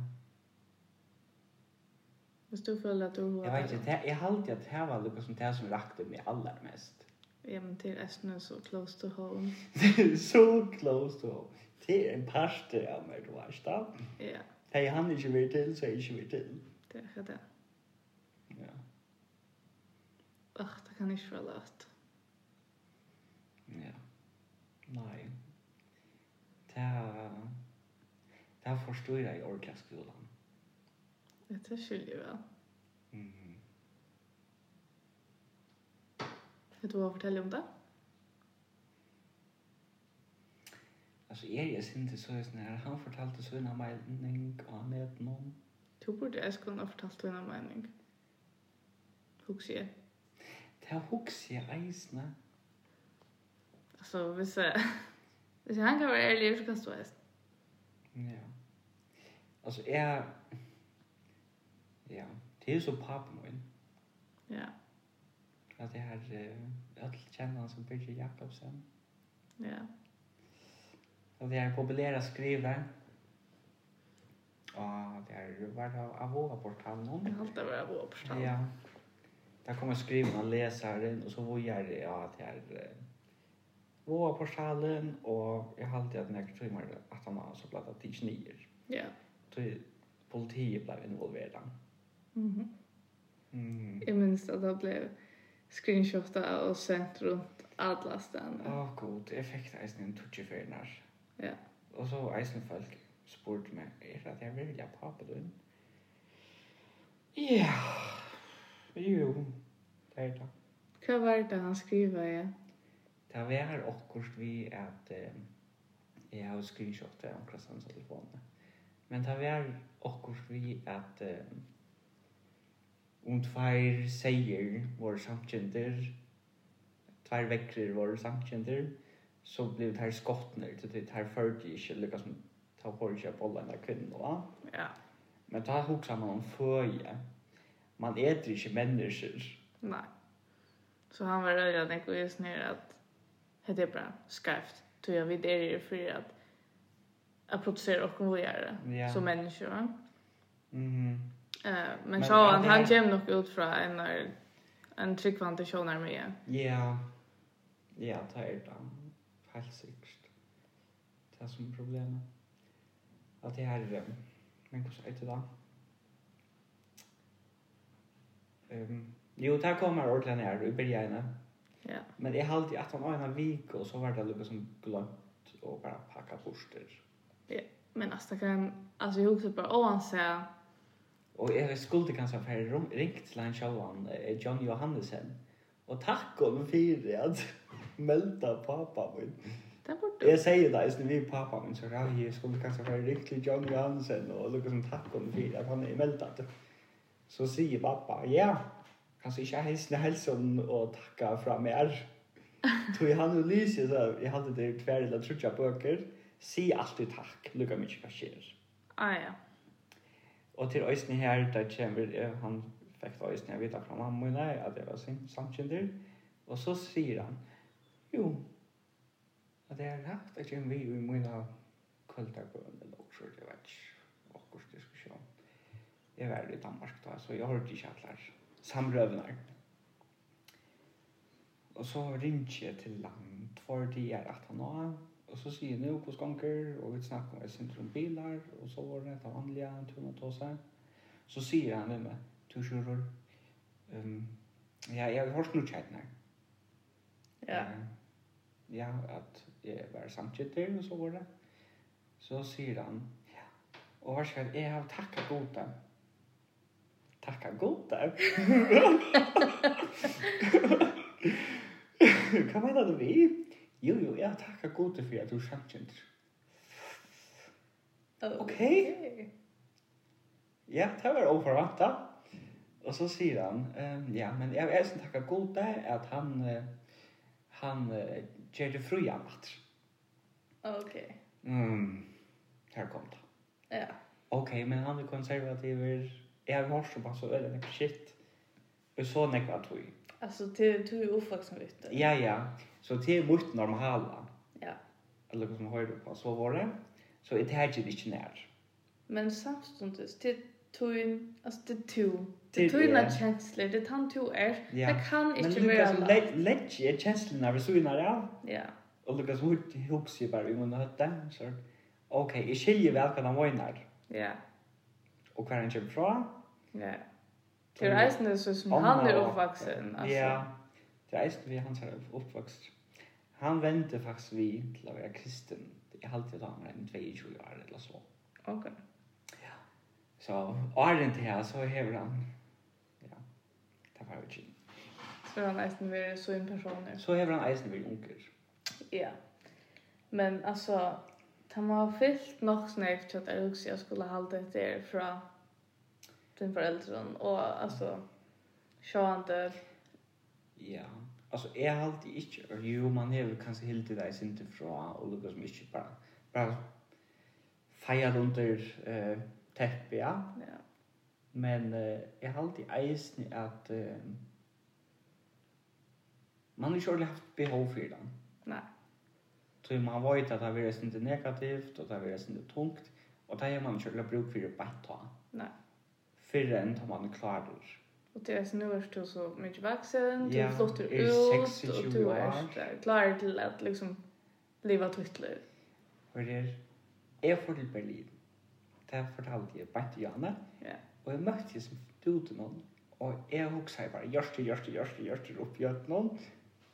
Speaker 1: Hvis du føler at er- du har...
Speaker 2: Jeg vet ikke, det- jeg halte at det var lukka som det som rakte meg aller mest.
Speaker 1: Ja, men til Estene så close to home.
Speaker 2: er Så close to home. Det er en parster av meg, du vet da.
Speaker 1: Ja,
Speaker 2: Hei, han er ikke vært til, så er jeg ikke vært til.
Speaker 1: det er det.
Speaker 2: Ja.
Speaker 1: Åh, det kan ikke være løst.
Speaker 2: Ja. Nei. Det er... Det er forstår jeg i ordentlig skolen.
Speaker 1: Dette skylder jeg er vel.
Speaker 2: Mm.
Speaker 1: Vet du hva å fortelle om det?
Speaker 2: Altså, jeg er sinte så er sånn her. Han fortalte så en av meldning av neten om.
Speaker 1: Du burde jeg skulle ha fortalt henne en mening. Husker jeg.
Speaker 2: Det er hoks i eisene.
Speaker 1: Altså, hvis jeg... Hvis jeg kan være ærlig, så kan du være
Speaker 2: Ja. Altså, jeg... Ja. Det er jo så papen min.
Speaker 1: Ja,
Speaker 2: At jeg har... Uh, alle kjenner han som Birgit Jakobsen.
Speaker 1: ja,
Speaker 2: Og det er populære skriver. Og det er bare av våre portalen om.
Speaker 1: jeg halte det var å oppstå.
Speaker 2: Ja. Där kommer skrivna läsaren och så vad gör det ja att jag eh, var på salen och jag har alltid att när timmar att han har så plattat till snier.
Speaker 1: Ja.
Speaker 2: Så politiet blev involverad.
Speaker 1: Mhm.
Speaker 2: Mm.
Speaker 1: Jeg minns at det ble screenshotet og sendt rundt alle
Speaker 2: Åh
Speaker 1: stedene.
Speaker 2: oh, god, jag fick eisen en touch för när.
Speaker 1: Ja.
Speaker 2: Och så eisen folk spurte mig är det att jag vill jag pappa då. Ja. Jo. Det är det.
Speaker 1: Hva var det han skriver, ja?
Speaker 2: Det har vært akkurat vi at eh, jeg har screenshot det omkring hans telefonen. Men det har vært akkurat vi at eh, om tvær seier våre samkjenter, tvær vekkere våre samkjenter, så ble det her skottner til det her førte ikke lykkes som ta på ikke av bollen av kvinner. Va?
Speaker 1: Ja.
Speaker 2: Men da hokser man om føje. um Man eter ikke mennesker.
Speaker 1: Nei. Så han var röjad när jag just ner att det är bra, skarpt. Tror jag vid er för att att producera och konvojera
Speaker 2: Ja.
Speaker 1: som människor. va?
Speaker 2: Mhm.
Speaker 1: Eh, men
Speaker 2: Men
Speaker 1: så han,
Speaker 2: det
Speaker 1: han
Speaker 2: här-
Speaker 1: kommer nog ut från en, eh, en tryggvante tjonar med.
Speaker 2: Ja. Ja, det er det. Helt sikkert. Det er som problemet. At det er... um, Men hvordan er det da? Um, jo, det kommer ordentlig ned i begynne.
Speaker 1: Ja.
Speaker 2: Men jeg halte i at han var en vik, og så var det lukket som glömt og bare pakka poster.
Speaker 1: Men alltså kan alltså jag också bara åh han säger
Speaker 2: Og jeg skulle kanskje ha ringt til han selv, han, eh, John Johannesen, og takk om for at melda pappa min.
Speaker 1: där borta.
Speaker 2: Jeg sier det, hvis vi er pappa min, så er jeg skulle kanskje være riktig John Johansen og lukke som takk om for at han er meldet. Så sier pappa, ja, kanskje ikke hilsne helsen og takka fra mer. Så jeg hadde lyset, så jeg hadde det tverre eller trutja bøker, si alltid takk, lukke mye hva skjer.
Speaker 1: Ah, ja.
Speaker 2: Og til øysene her, der kommer, eh, han fikk da øysene, jeg vet akkurat mamma og jeg, at jeg var sin samkjender. Og så sier han, jo, at det er rett, at jeg kommer vi i mine kvøldtagbøn, eller også, jeg vet ikke, akkurat diskusjon. Jeg var i Danmark da, så jeg hørte ikke alle her samrøvner. Og så ringte jeg til land, for de er at han nå, Og så sier han jo hvordan ganger, og vi snakker om et sentrum bilar, og så var det et vanlig en tur mot oss her. Så sier han med meg, du kjører, um, ja, jeg har hørt noe kjent her. Eh,
Speaker 1: Ja.
Speaker 2: Ja, at jeg var samtidig, og så var det. Så sier han, ja, og hva skal jeg, jeg har takket god dem. Takket god dem? Hva mener du vi? Jo, jo, jeg har takket god dem for at du er samtidig.
Speaker 1: Oh,
Speaker 2: Okej. Ja, det var overvanta. Og så sier han, ehm, ja, men jeg vil elsen takka god deg at han, eh, han eh, gjør det fri av natt.
Speaker 1: Okej.
Speaker 2: Mm, her kom det.
Speaker 1: Ja.
Speaker 2: Ok, men han er konservativer. Jeg har hørt om han så veldig nekk shit. Og så nekk var tog.
Speaker 1: Alltså det er du är ofacksamhet.
Speaker 2: Ja, ja. Så det er mot normala.
Speaker 1: Ja.
Speaker 2: Eller hva som høyre på, så var det. Så det er ikke ikke nær.
Speaker 1: Men samstundes till tun, alltså det er tu.
Speaker 2: Till
Speaker 1: Det tuna
Speaker 2: det.
Speaker 1: känslor, det er han tu är.
Speaker 2: Ja.
Speaker 1: Det kan
Speaker 2: Men
Speaker 1: inte
Speaker 2: Lukas,
Speaker 1: vara. lätt.
Speaker 2: legg- legg er kjenslene ved siden av det.
Speaker 1: Ja.
Speaker 2: Og Lukas Hood hooks i bare under høtta. Så er- ok, jeg skiljer vel hva han vøgnar.
Speaker 1: Ja.
Speaker 2: Og hva han kommer fra.
Speaker 1: Ja. Det är reisande så som
Speaker 2: Anna
Speaker 1: han er är
Speaker 2: og-
Speaker 1: uppvuxen. Alltså.
Speaker 2: Ja, det er eisen vi hans her oppvokst. Han venter faktisk vi til å være kristen. Jeg har alltid hatt han en 22 år eller så.
Speaker 1: Okej.
Speaker 2: Så åren til her så hever han. Ja, det var jo ikke.
Speaker 1: Så er han reisande vi så en person er nu.
Speaker 2: Så hever han eisen vi unger.
Speaker 1: Ja. Men alltså han har fyllt nog snägt så att jag också jag skulle hålla det där från den föräldern och alltså sjönde
Speaker 2: Ja, altså jeg har alltid ikke. Jo, man hever kanskje helt til deg sinte fra og Lukas som ikke bare, bare feier under eh, teppet, ja.
Speaker 1: ja.
Speaker 2: Men eh, jeg har alltid eisen i at eh, man har ikke ordentlig haft behov for den.
Speaker 1: Nej.
Speaker 2: Så man vet at det er ikke negativt, og det er ikke tungt, og det har man ikke ordentlig bruk for det bare ta.
Speaker 1: Nej.
Speaker 2: Fyrre enn tar man klarer.
Speaker 1: Och det är så nu är du så mycket vuxen, du
Speaker 2: Ja,
Speaker 1: flottar
Speaker 2: är
Speaker 1: ut
Speaker 2: 26
Speaker 1: och du er
Speaker 2: år.
Speaker 1: är klar till att liksom leva ett nytt liv.
Speaker 2: Og det er, jeg får til Berlin. Det fortalte jeg bare til Janne,
Speaker 1: Ja.
Speaker 2: og jeg møtte jeg som ute noen, og jeg husker bare, hjørste, hjørste, hjørste, hjørste, opp i noen,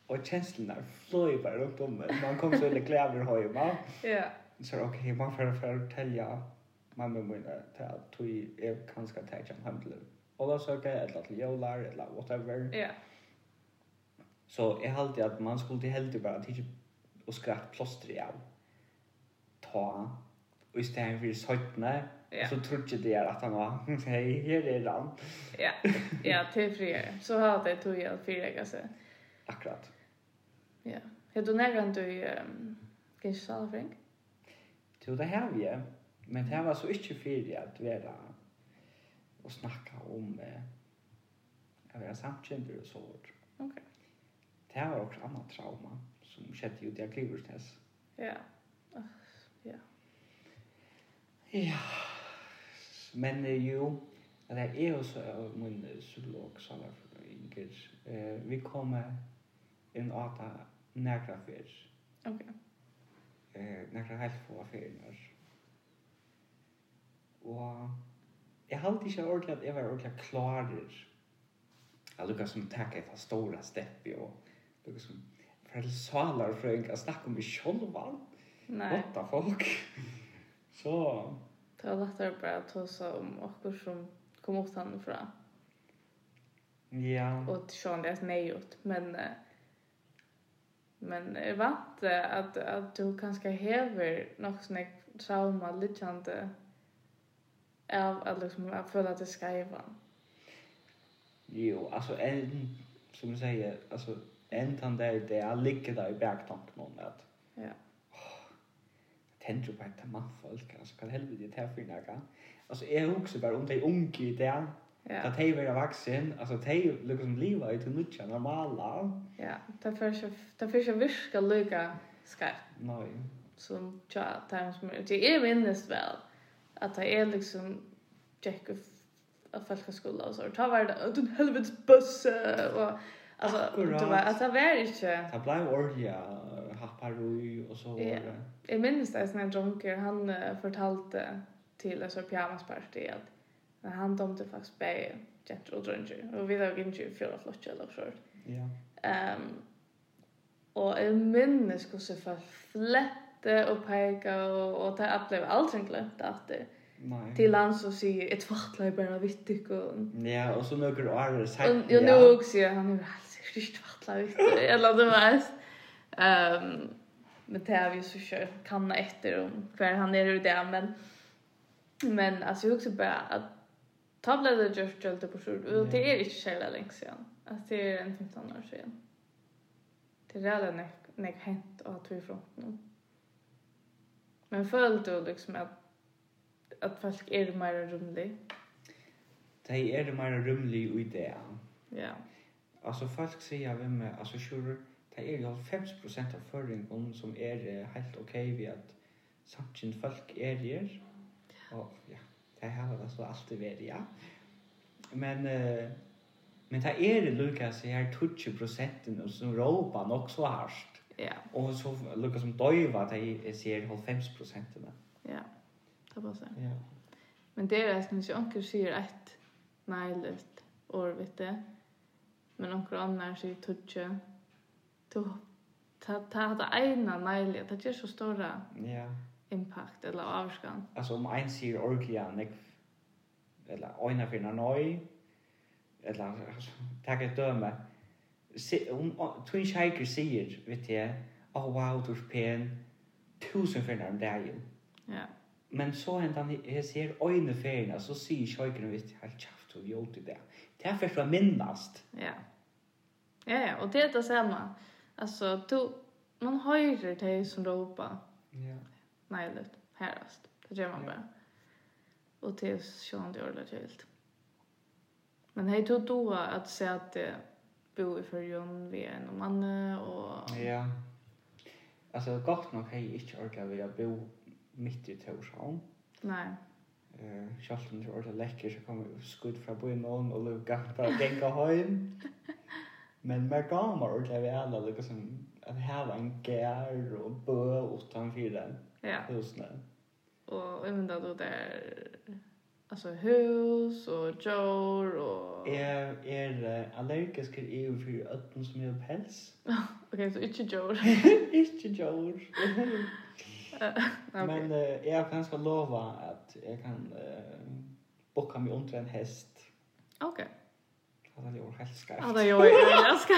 Speaker 2: og kjenslene fløy bare rundt om meg. Man kom så veldig klæver hjemme,
Speaker 1: Ja.
Speaker 2: så er det ok, man får for fortelle mamma min til at du er kanskje til ikke hjem til Olavsøke, eller til Jolar, eller whatever.
Speaker 1: Ja.
Speaker 2: Så jeg halte at man skulle til heldig bare til ikke og skratt plåster av ta, og i stedet for søttene,
Speaker 1: Ja.
Speaker 2: så trodde jeg det er at han var, hei, her er han,
Speaker 1: Ja. Ja, till friare. Så har det tog jag fyra sig.
Speaker 2: akkurat.
Speaker 1: Ja. Har du nära du ehm kanske salfring?
Speaker 2: Så det her vi er, men det her var så ikke fyrir at være og snakke om eh, å være samkjemper og så vårt.
Speaker 1: Okej.
Speaker 2: Det här var också annat trauma som skedde ju där Kliversnäs.
Speaker 1: Ja.
Speaker 2: Ja. Men eh, jo, det här är också av min eh, psykolog Sala Inger. Eh, vi kommer in att ha några fler.
Speaker 1: Okej.
Speaker 2: Eh, några helt få affärer. Och jag hade inte ordentligt att jag var ordentligt klar. Jag lyckades som tacka ett stora stepp i och lyckades som för salar för en snacka om mig själva.
Speaker 1: Nej.
Speaker 2: um What the fuck? Så,
Speaker 1: Det var lättare bara att ta sig om åker som kom åt henne från.
Speaker 2: ja.
Speaker 1: Och Sean det är mig åt. Men, eh, men jag vant eh, att, att du kanske häver något sånt här trauma liknande av att liksom att följa till skajvan.
Speaker 2: Jo, alltså en, som jag säger, alltså er en tand där det är ligger där i baktanken om att
Speaker 1: Ja.
Speaker 2: det tenker på et mannfolk, altså hva helvete er det her for noe? Altså, jeg husker bare om de unge i det,
Speaker 1: Ja.
Speaker 2: at de var vaksen, altså de liksom livet i til nødja normala.
Speaker 1: Ja, det får ikke det får ikke virka lykka skarpt
Speaker 2: Nei,
Speaker 1: som tja där som är det är minst väl att det är er liksom check of av folkhögskola och så ta var det ut en helvetes buss och alltså
Speaker 2: Akkurat.
Speaker 1: det var att det var inte
Speaker 2: det ble orja, happarui og så
Speaker 1: Ja.
Speaker 2: var det.
Speaker 1: jag minns det sån här drunker han eh, fortalte till en så pyjamasparty att när han dömde faktiskt bäge jenter och drunker och vi låg inte i fyra flotcher eller så
Speaker 2: Ja.
Speaker 1: Ehm og jeg minnes hvordan folk flette og peka og, og det at blev aldri glemt at det
Speaker 2: Nei.
Speaker 1: til han som sier et vattla er bare vitt ikke og
Speaker 2: Ja, og så noen år
Speaker 1: og
Speaker 2: sent.
Speaker 1: jo nå også sier han er helt sikkert ikke vattla vitt eller det var ehm men det er vi så kjør kanna etter om hver han er i det men men altså jeg husker bare at tablet det just gjelde på sjord og det er ikke særlig lenge siden altså det er en 15 år siden det er redan nek, nek hent og at vi front nå men følte du liksom at at folk er mer rundlig
Speaker 2: De er det mer rymlig i det.
Speaker 1: ja
Speaker 2: Altså, folk sier vi med, altså, sure, det er jo 50% av føringen som er eh, helt ok ved at samtidig folk er her. Og ja, det har det altså alltid vært, ja. Men, eh, men det er lukka seg her 20% som råper nok så hardt.
Speaker 1: ja
Speaker 2: Og så lukka som døyva, de sier 50%.
Speaker 1: ja det var sånn
Speaker 2: Ja.
Speaker 1: Men det er resten ikke onker sier ett neilet år, vet du. Men onker annar sier tutsi. Ta, ta, ta det ena neilet, det gjør så stora
Speaker 2: Ja.
Speaker 1: impact eller avskan.
Speaker 2: Alltså om en sier ordentlig ja, nek, eller øyne finner nøy, eller altså, takk et døme, si, om o- to en kjeiker sier, vet jeg, åh oh, wow, du er pen, tusen finner om dagen.
Speaker 1: Ja,
Speaker 2: Men så hentan jeg ser øyne finner, så sier kjeikeren, vet jeg, helt kjaft og gjort er i det. Det er først å minnast.
Speaker 1: ja. Ja, ja, og det er det samme. Altså, du, man høyrer det som råpa
Speaker 2: Ja.
Speaker 1: neilet herast. Det gjør man
Speaker 2: Ja.
Speaker 1: bare. Og det er sånn det gjør det helt. Men hei tog då at se at det bo i fyrjon vi er noen mann og
Speaker 2: Ja. Altså, godt nok hei ikke ordentlig ved å bo midt i Torshavn.
Speaker 1: nei.
Speaker 2: Eh, sjálvt om det var lekker så kom jeg skudd fra byen og og lukka bare genga høyen. Men mer gammel var det vi alle lukka som at heva en gær og bø utanfyr den
Speaker 1: Ja,
Speaker 2: husene.
Speaker 1: og undra då der alltså hus och jord och
Speaker 2: Jeg er eh, allergisk til EU for øtten som gjør pels.
Speaker 1: Okej, så inte jord.
Speaker 2: Ikke jord.
Speaker 1: Men
Speaker 2: Men eh, jeg kan skal lova at jeg kan uh, bokka meg under en hest.
Speaker 1: okej.
Speaker 2: Han er jo helt skarpt.
Speaker 1: Ja, det gör jag. Jag ska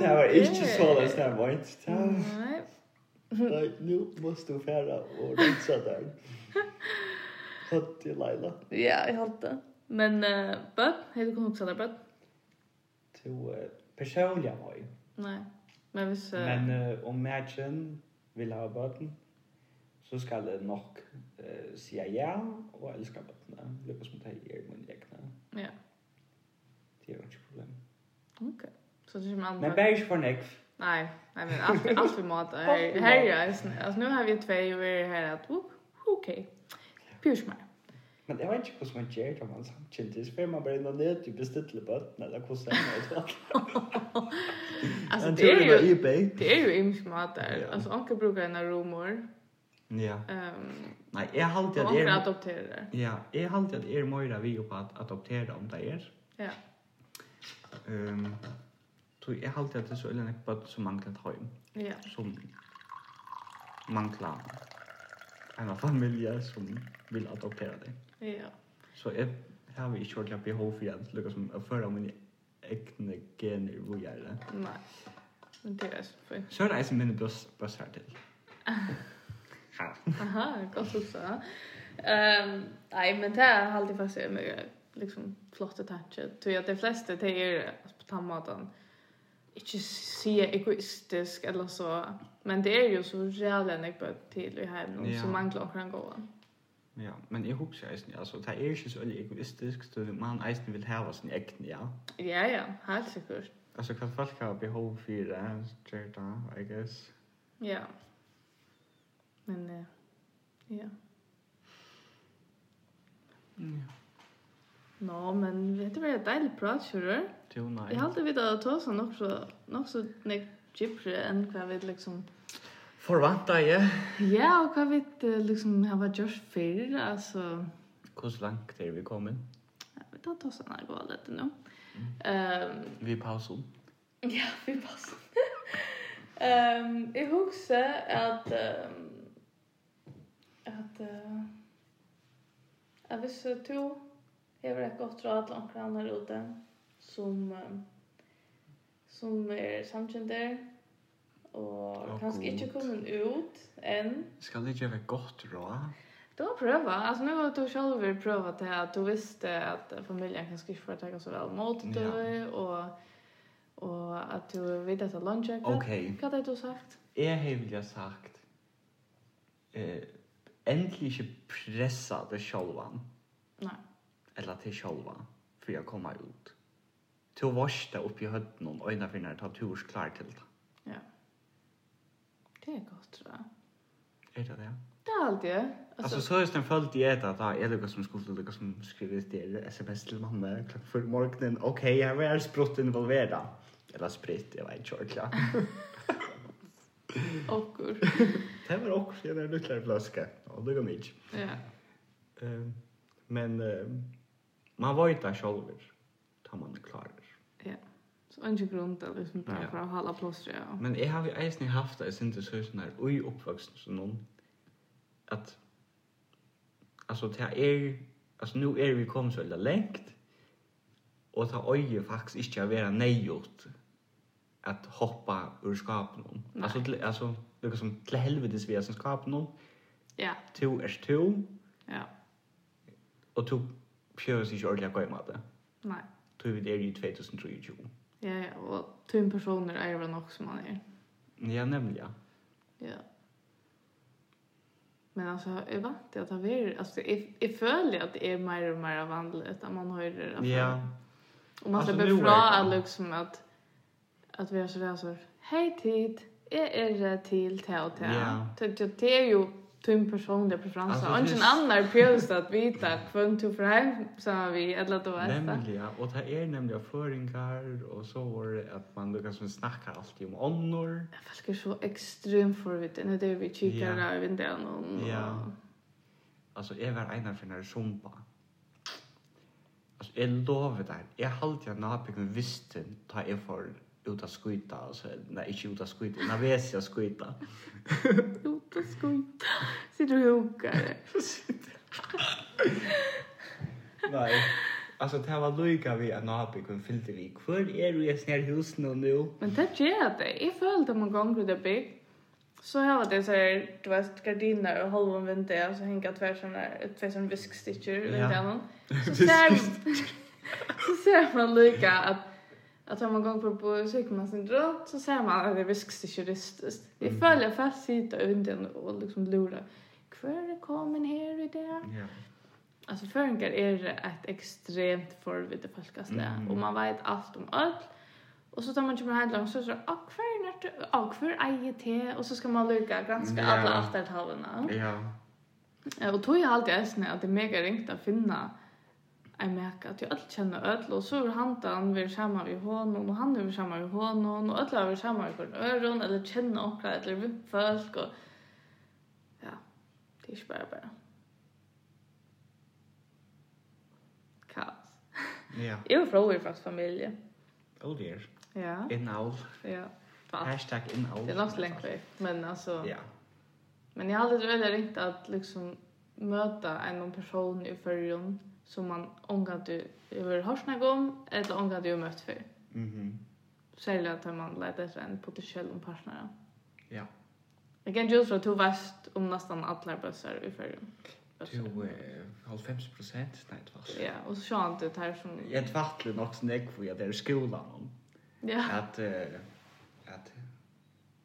Speaker 2: Det var ikke så det stemmer. Det var
Speaker 1: Nei,
Speaker 2: Nei, nu måste du færa og rensa der. Hatt i Leila.
Speaker 1: ja, jeg halte det. Men, uh, bøtt, hei du kan huksa der bøtt?
Speaker 2: To uh, personliga mig.
Speaker 1: Nei, men hvis... Uh,
Speaker 2: Men uh, om matchen vill ha böten så skal det nok uh, säga ja og elska bötene. Lykke som det er min egna.
Speaker 1: Ja,
Speaker 2: Det er jo ikke problem.
Speaker 1: ok. Så det er kommer andra...
Speaker 2: Men bare ikke for nekv.
Speaker 1: Nej, nej men allt, allt för mat.
Speaker 2: Allt
Speaker 1: Här
Speaker 2: för
Speaker 1: här är
Speaker 2: mat.
Speaker 1: jag. Alltså nu har vi två och vi är här att... oh, Okej. Pyrs mig.
Speaker 2: Men jeg vet ikke hvordan man gjør det om man samtidig. Så får man bare inn og ned til bestilte bøtene eller hvordan det er.
Speaker 1: Alltså
Speaker 2: Men
Speaker 1: det
Speaker 2: tror
Speaker 1: är
Speaker 2: var
Speaker 1: ju...
Speaker 2: eBay.
Speaker 1: Det är ju imsk mat där.
Speaker 2: Ja.
Speaker 1: Alltså onkel brukar en rumor.
Speaker 2: Ja.
Speaker 1: Um,
Speaker 2: Nei, jeg
Speaker 1: och
Speaker 2: halte at
Speaker 1: onkel
Speaker 2: jeg...
Speaker 1: adopterar det.
Speaker 2: Ja, jeg halte at er jeg møyre vi på at adoptera om det er.
Speaker 1: Ja,
Speaker 2: Ehm tog jag alltid att det är så eller något bara som man kan ta hem
Speaker 1: ja,
Speaker 2: som man klarar. En familj som vill adoptera dig.
Speaker 1: ja.
Speaker 2: Så jag har vi kört jag behov för att lucka som att föra min egna gener vågare.
Speaker 1: Nej. Men det är så fint.
Speaker 2: Så är det en som minne buss buss här till. Ha.
Speaker 1: Aha, gott också. Ehm, nej men det har alltid fast är mycket liksom flotta tanke. Tror jag de flesta alltså, det är på tammadan. Inte se egoistisk eller så Men det är ju så jävla nekböd till i hemmen
Speaker 2: Ja.
Speaker 1: så manglar också en gåvan.
Speaker 2: Ja, men jeg husker eisen, altså, det er ikke så veldig egoistisk, så man eisen vil hava sin egen, ja.
Speaker 1: Ja, ja, helt sikkert.
Speaker 2: Altså, hva folk har behov for det, gjør det, I guess.
Speaker 1: Ja. Men, eh, ja.
Speaker 2: Ja.
Speaker 1: Nå, men vet du hva det er deilig prat, kjører?
Speaker 2: Jo, nei.
Speaker 1: Jeg har alltid vidt at ta seg nok så, nok så nek gypre enn hva vi liksom...
Speaker 2: Forvanta jeg.
Speaker 1: Ja, og hva vi eh, liksom har vært gjort før, altså...
Speaker 2: Hvor langt er vi kommet?
Speaker 1: Jeg alltså, vet at ta seg nek var litt nå. Ehm,
Speaker 2: Vi pausen.
Speaker 1: Ja, vi passer. um, jeg husker at um, at uh, at hvis du hever et godt råd til omkring andre ute som um, som er samkjender og
Speaker 2: Og
Speaker 1: kanskje
Speaker 2: god.
Speaker 1: ikke kommet ut enn
Speaker 2: Skal det gjøre godt råd?
Speaker 1: Det var prøva. Altså, nu var du själv prøva til at du visste at familjen kanskje ikke får så vel mot
Speaker 2: Ja.
Speaker 1: deg, og, og at du vet at lunch er
Speaker 2: Ok,
Speaker 1: Hva hadde du sagt?
Speaker 2: jeg har vilja sagt, eh, endelig ikke pressa det sjolvan,
Speaker 1: Nei.
Speaker 2: eller til sjolvan, for jeg kommer ut. Til å varste opp i høyden og øyne for når jeg tar turs klar til det.
Speaker 1: Ja. Det er godt, tror jeg.
Speaker 2: Er det det?
Speaker 1: Det er alltid.
Speaker 2: Alltså er så är det en följd i ett att ha Elika som skulle Elika som skriver ett del sms till mamma klockan för morgonen. Okej, jag var er sprutt involverad. Eller spritt, jag vet inte ordentligt.
Speaker 1: Okkur.
Speaker 2: Det var också en liten flaska. Ja, det går mycket.
Speaker 1: Ja.
Speaker 2: Ehm, Men ehm, man var ju där själv. Tar man klar.
Speaker 1: Så er ikke grunn til liksom bare
Speaker 2: Ja.
Speaker 1: for å holde plåstre. Ja.
Speaker 2: Men jag har ju eisen haft det sen det så sån här i uppvuxen så någon att alltså det är alltså nu är vi kom så illa längt och ta öje faktiskt inte att vara nejort att hoppa ur skapen
Speaker 1: Nej.
Speaker 2: alltså till, alltså det som till helvetes vi är som skapen någon
Speaker 1: Ja.
Speaker 2: to är to
Speaker 1: Ja.
Speaker 2: och to pjörs inte ordentligt gå i matte er
Speaker 1: Nei.
Speaker 2: tror vi det är ju 2023
Speaker 1: Ja, ja. Og tunn personer er vel nok som man er.
Speaker 2: ja nämligen
Speaker 1: Ja. Men alltså, jag vet inte att det är... Alltså, jag, jag följer att det är mer och mer vanligt att man har det.
Speaker 2: ja, ja.
Speaker 1: Och man
Speaker 2: Alltså,
Speaker 1: släpper
Speaker 2: nu är
Speaker 1: fra
Speaker 2: det-
Speaker 1: att liksom att... Att vi har sådär så... Hej tid, jag är rädd till te och te.
Speaker 2: Ja.
Speaker 1: Tyckte att det är ju tunn personlig preferens.
Speaker 2: Alltså,
Speaker 1: Och ingen
Speaker 2: visst.
Speaker 1: annan prövs att vita kvön till för hem som vi eller att det var det.
Speaker 2: Nemlig, ja. Og det er nemlig av føringar, og så var det at man lukka som snakkar alltid om ånder.
Speaker 1: Folk är så extremt förvitt. Nu är det vi kikar
Speaker 2: Ja.
Speaker 1: där i vindarna. och-
Speaker 2: Ja. Altså, jeg var einar for nær sumpa. Altså, jeg lover der. Jeg halte jeg nabikon visste ta jeg for ut av skuita, altså, nei, ikke ut av skuita, navesia skuita.
Speaker 1: Jo, det skoj. Sitter du och hukar.
Speaker 2: Nei. Altså, det var lukka vi at nabikon fyllte vi. Hvor er du i snær husen og nå?
Speaker 1: Men det ger att det. Jag följde om en gång hur det bygg. Så här var det så här, du vet, gardiner och halva en vinter och så hänger två sådana här, två sådana viskstitcher i
Speaker 2: Ja.
Speaker 1: vinterna. Så ser, så ser man lika att att om man går på på så kan man sin runt så ser man att det är viskstitcher ristiskt. Jag
Speaker 2: Mhm.
Speaker 1: följer fast sitta i vintern och liksom lura. Kvar kom en här i det?
Speaker 2: Ja.
Speaker 1: Alltså föringar är ett extremt förvitt folkast det.
Speaker 2: Mm.
Speaker 1: Och man vet allt om allt. Och så tar man kommer hem långt så så ah kvar är nört ah kvar äger te och så ska man lucka ganska
Speaker 2: Ja.
Speaker 1: alla afterhalvarna.
Speaker 2: Ja.
Speaker 1: Eh, Och tog jag alltid äsna att det är mega ringt att finna Jag märker att jag alltid känner ödl och så är han den vi är samma vid honom och han är vi samma vid honom och ödla är vi samma vid våra öron eller känner åkra eller vi folk och ja, det är inte bara bara kaos.
Speaker 2: Ja.
Speaker 1: Jag är från er fast familje.
Speaker 2: Oh dear.
Speaker 1: Ja,
Speaker 2: Innhold.
Speaker 1: ja. Fast.
Speaker 2: Hashtag innhold.
Speaker 1: Det er är nog så länge kvar, men alltså
Speaker 2: Ja.
Speaker 1: Men jag hade väl ringt att liksom möta en någon person i förrjun som man ångat du över hörsna om eller ångat du mött för.
Speaker 2: Mhm.
Speaker 1: Särskilt att man letar efter en potentiell om partner.
Speaker 2: Ja.
Speaker 1: Jag kan ju tro att du värst om nästan alla bössar i förrjun.
Speaker 2: Du eh, 90 procent, nej det var så.
Speaker 1: Ja, och så kör han det här som...
Speaker 2: Jag er tvattlar nog sen jag för jag där i skolan om
Speaker 1: Ja,
Speaker 2: att eh, att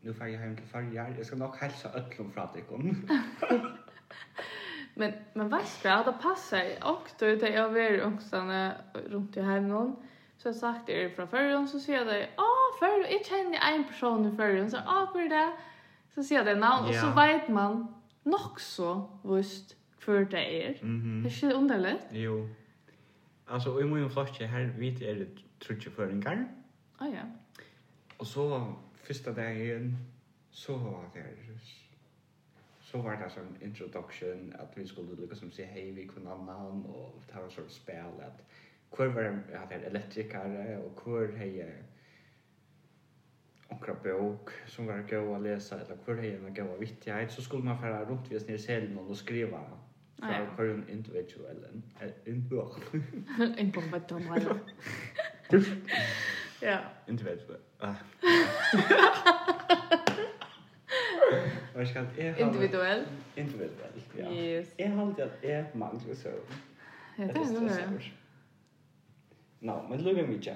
Speaker 2: nu får jag hem till färjar. Jag ska nog hälsa öllum från dig.
Speaker 1: Men men vad ska jag då passa i och då det jag vill också runt i hem någon så har jag sagt är det från förrön så ser jag det åh för jag känner en person i förrön så åh för det så ser jag det namn och så
Speaker 2: Ja.
Speaker 1: vet man nog så visst för det är.
Speaker 2: Mhm.
Speaker 1: Det er är inte underligt.
Speaker 2: Jo. Alltså i min flotje här vet är er det trutje föringar.
Speaker 1: Ah, ja.
Speaker 2: Och så första dagen så var det så var det som introduction att vi skulle lycka som säga hej vi kunde annan och ta en sorts spel att kvar var det att det elektrikare och kvar hej onkra bok som var gå att läsa eller kvar hej en gå vittighet så skulle man fara runt vid ner sällan och skriva
Speaker 1: Ah, ja.
Speaker 2: för kvar en individuell eh, en individuell
Speaker 1: En på vad de har. Ja.
Speaker 2: Inte vet vad. Ah. Jag ska inte ha
Speaker 1: Individuell.
Speaker 2: Inte vet vad. Ja.
Speaker 1: Yes.
Speaker 2: Jag har alltid att jag manglar så.
Speaker 1: Ja, det er är det.
Speaker 2: Nej, er men lugna mig inte.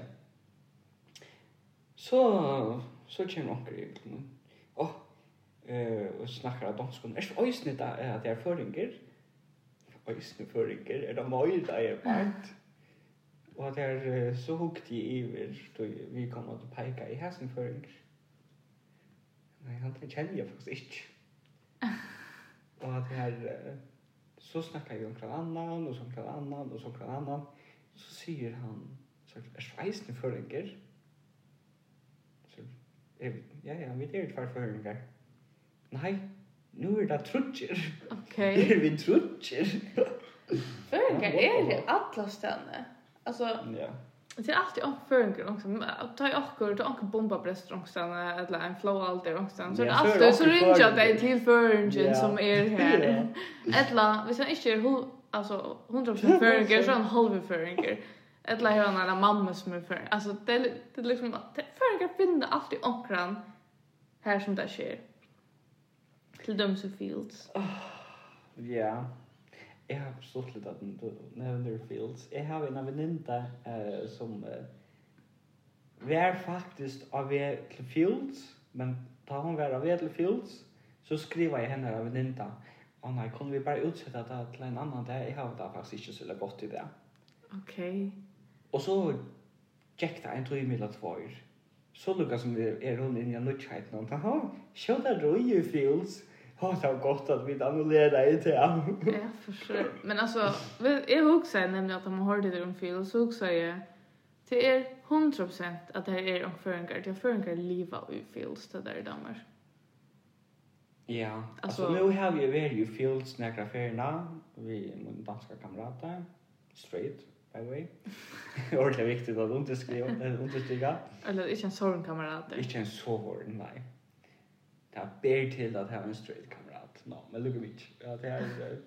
Speaker 2: Så så känner jag grejer. Åh. Eh, och snackar att de skulle. Är så ösnet där att jag föringar. Ösnet föringar är de moj där är part. Och att jag eh, så hukt i iver då vi kommer att peka i hästen föringar. Nej, han känner jag faktiskt inte. Och att här eh, så snackar vi om kran annan och så kran annan och så kran annan. Så säger han så er är svejsne föringar. Så är vi- ja ja, vi er är två föringar. Nej, nu är det trutjer.
Speaker 1: Okej.
Speaker 2: Är Er vi trutjer?
Speaker 1: Føringar er det alla stedene. Altså,
Speaker 2: Ja.
Speaker 1: det er alltid om føringar også. men eh, Ta i okkur, ta okkur bombabrest ångstene, eller en flow alder ångstene. Så er det
Speaker 2: Ja, så er det
Speaker 1: alltid, så
Speaker 2: onkur
Speaker 1: ringer
Speaker 2: føringar.
Speaker 1: deg til føringen
Speaker 2: Ja.
Speaker 1: som er her.
Speaker 2: Ja.
Speaker 1: Eller, hvis han ikke er hu- altså, 100% føringar, så er han halve føringar. Eller har han en mamma som er føringar. Altså, det er, li- det er liksom, det- føringar finner alltid ångkran her som det skjer. Til dem som fields.
Speaker 2: Ja. Jeg har forstått litt at du nevner Fields. Jeg har en venninne eh, som eh, var faktisk av ved til Fields, men da hun var av ved til Fields, så skriver jeg henne av venninne. Å nei, kunne vi bare utsette det til en annen dag? Jeg har det faktisk ikke så veldig godt i det.
Speaker 1: Ok.
Speaker 2: Og så gikk det en tog i middag tvær. Så lukket som vi er hun inn i en nødkjeit nå. Ha, sjå det røy er i Fields. Å, det var godt at vi annullerer i det.
Speaker 1: Ja, for sure. Men alltså, altså, vet- jeg husker nemlig at man hørte det om fil, og så husker jeg det er 100% at det er om føringer. Det er føringer livet i fils det der i Danmark.
Speaker 2: Ja,
Speaker 1: Alltså-
Speaker 2: alltså, nu har vi varit i Fields några färgerna. Vi min danska kamrater. Straight, by the way. Ordentligt viktigt att underskriva, eh, understryka.
Speaker 1: Eller ikke en sorgenkamerat der.
Speaker 2: Inte en så hård, nej. Det er här ber till att ha en straight kamrat. No, men look at me. Ja, det er- här är...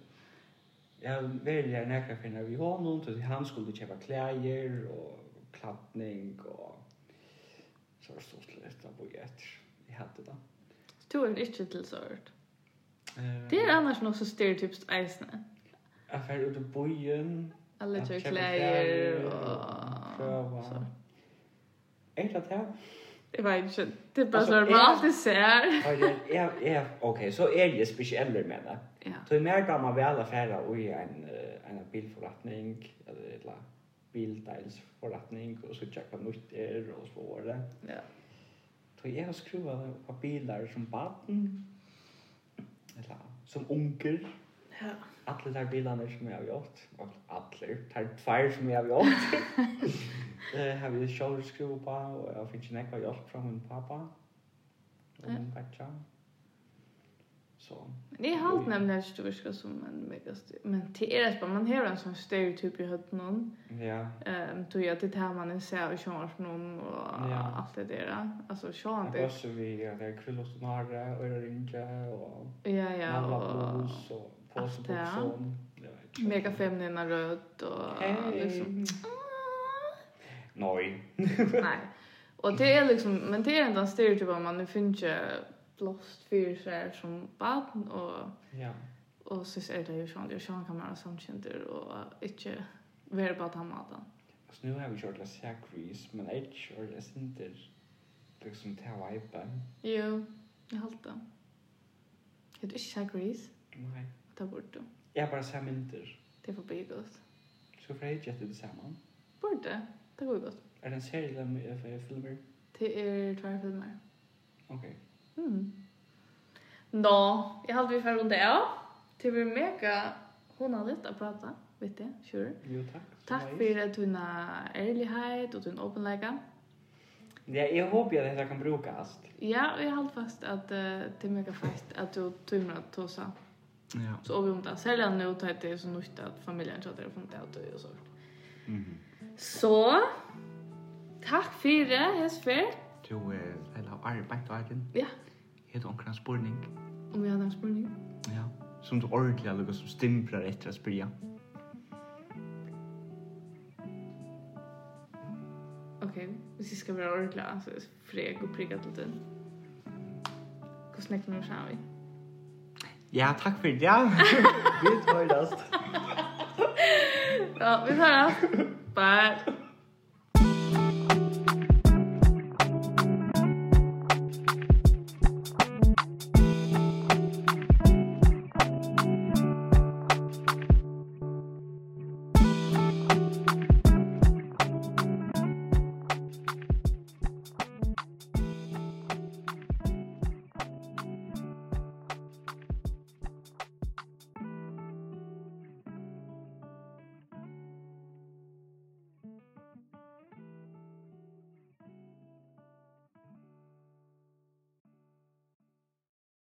Speaker 2: Jag väljer några färgerna vid honom. Så han skulle köpa kläder och klattning och... Så det stod lite på ett. Jag hade det.
Speaker 1: Du er ikke til sort.
Speaker 2: Eh,
Speaker 1: Det er annars noe så stereotypst eisende.
Speaker 2: Jag färger ut i bojen.
Speaker 1: Alle
Speaker 2: Ja,
Speaker 1: kjører
Speaker 2: kjøper
Speaker 1: klær
Speaker 2: klær
Speaker 1: og...
Speaker 2: og
Speaker 1: Så.
Speaker 2: prøver. Er det det?
Speaker 1: Jeg vet ikke. Det er bare
Speaker 2: Altså,
Speaker 1: sånn man
Speaker 2: jeg-
Speaker 1: alltid ser.
Speaker 2: Ja, ja, ja. Okej, så er är det speciellt med det.
Speaker 1: Ja.
Speaker 2: Så i mer kan man väl affära och i en, eh, en bilförrättning eller ett la bildelsförrättning och så checka nytter och så var det.
Speaker 1: Ja.
Speaker 2: Så jag har skruvat på bilar som barn. Eller som onkel.
Speaker 1: Ja.
Speaker 2: Alla där bilarna som jag har gjort. Och alla, där tvär som jag har gjort. Eh, har vi själv skruvat på och jag fick inte något hjälp från min pappa.
Speaker 1: Eh.
Speaker 2: Och min pappa. Så.
Speaker 1: Men jeg har nemlig at du virker som en megastyr. Men det er bare, man har en sånn stereotyp i høyden noen.
Speaker 2: Ja.
Speaker 1: Ehm tog jag till termen en ser och kör någon och
Speaker 2: Ja.
Speaker 1: allt det där. Alltså kör
Speaker 2: Jag
Speaker 1: det.
Speaker 2: var vi hade krullos och narre och ringe och
Speaker 1: Ja ja
Speaker 2: mamma
Speaker 1: och
Speaker 2: blus och
Speaker 1: allt det här.
Speaker 2: påsebukson.
Speaker 1: mega feminina röd och liksom
Speaker 2: Hej. Nej.
Speaker 1: nej. Och det är liksom men det är ändå en stereotyp om man nu finns ju blåst fyr så här som barn och
Speaker 2: Ja.
Speaker 1: och så är det ju sånt jag kör kan man samtidigt och inte vara bara ta maten.
Speaker 2: Och nu har vi kört la sacris men edge och det är inte liksom till vibe.
Speaker 1: Jo, Jag har det. Jag vet inte så gris.
Speaker 3: Nej.
Speaker 1: Ta bort det.
Speaker 3: Jag bara ser mynter.
Speaker 1: Det får bli gott.
Speaker 3: Så för jag gett det samman.
Speaker 1: Bort det. Det går gott.
Speaker 3: Är det en serie eller en eh, filmer?
Speaker 1: Det är två er filmer.
Speaker 3: Okej.
Speaker 1: Mm. Nå, jag hade vi för runt det. Det blir mega hon har lite att prata, vet du? Sure.
Speaker 3: Jo, tack.
Speaker 1: Tack för att du har ärlighet och din öppenhet.
Speaker 3: Ja, jag hoppas att det här kan brukas.
Speaker 1: Ja, jag har fast att eh, det är mega fast att du tummar att tosa.
Speaker 2: Ja.
Speaker 1: Så om vi inte sälja nu tar det är så nytt att familjen tjatar och funnit att det är er så.
Speaker 2: Mhm.
Speaker 1: Så, tack för det, Hesfer.
Speaker 2: Du er eller arbeid og egen.
Speaker 1: Ja,
Speaker 2: Er du omkring en spurning?
Speaker 1: om jag hade en spurning.
Speaker 2: Ja. Som du ordentlig har lukket som stimprar etter å spyrja.
Speaker 1: Okej, hvis jeg skal være ordentlig, så er jeg freg og prigget til den. Hvordan snakker vi om vi?
Speaker 2: Ja, takk for det.
Speaker 3: er Vi tar det.
Speaker 1: Ja, vi tar det. Bye.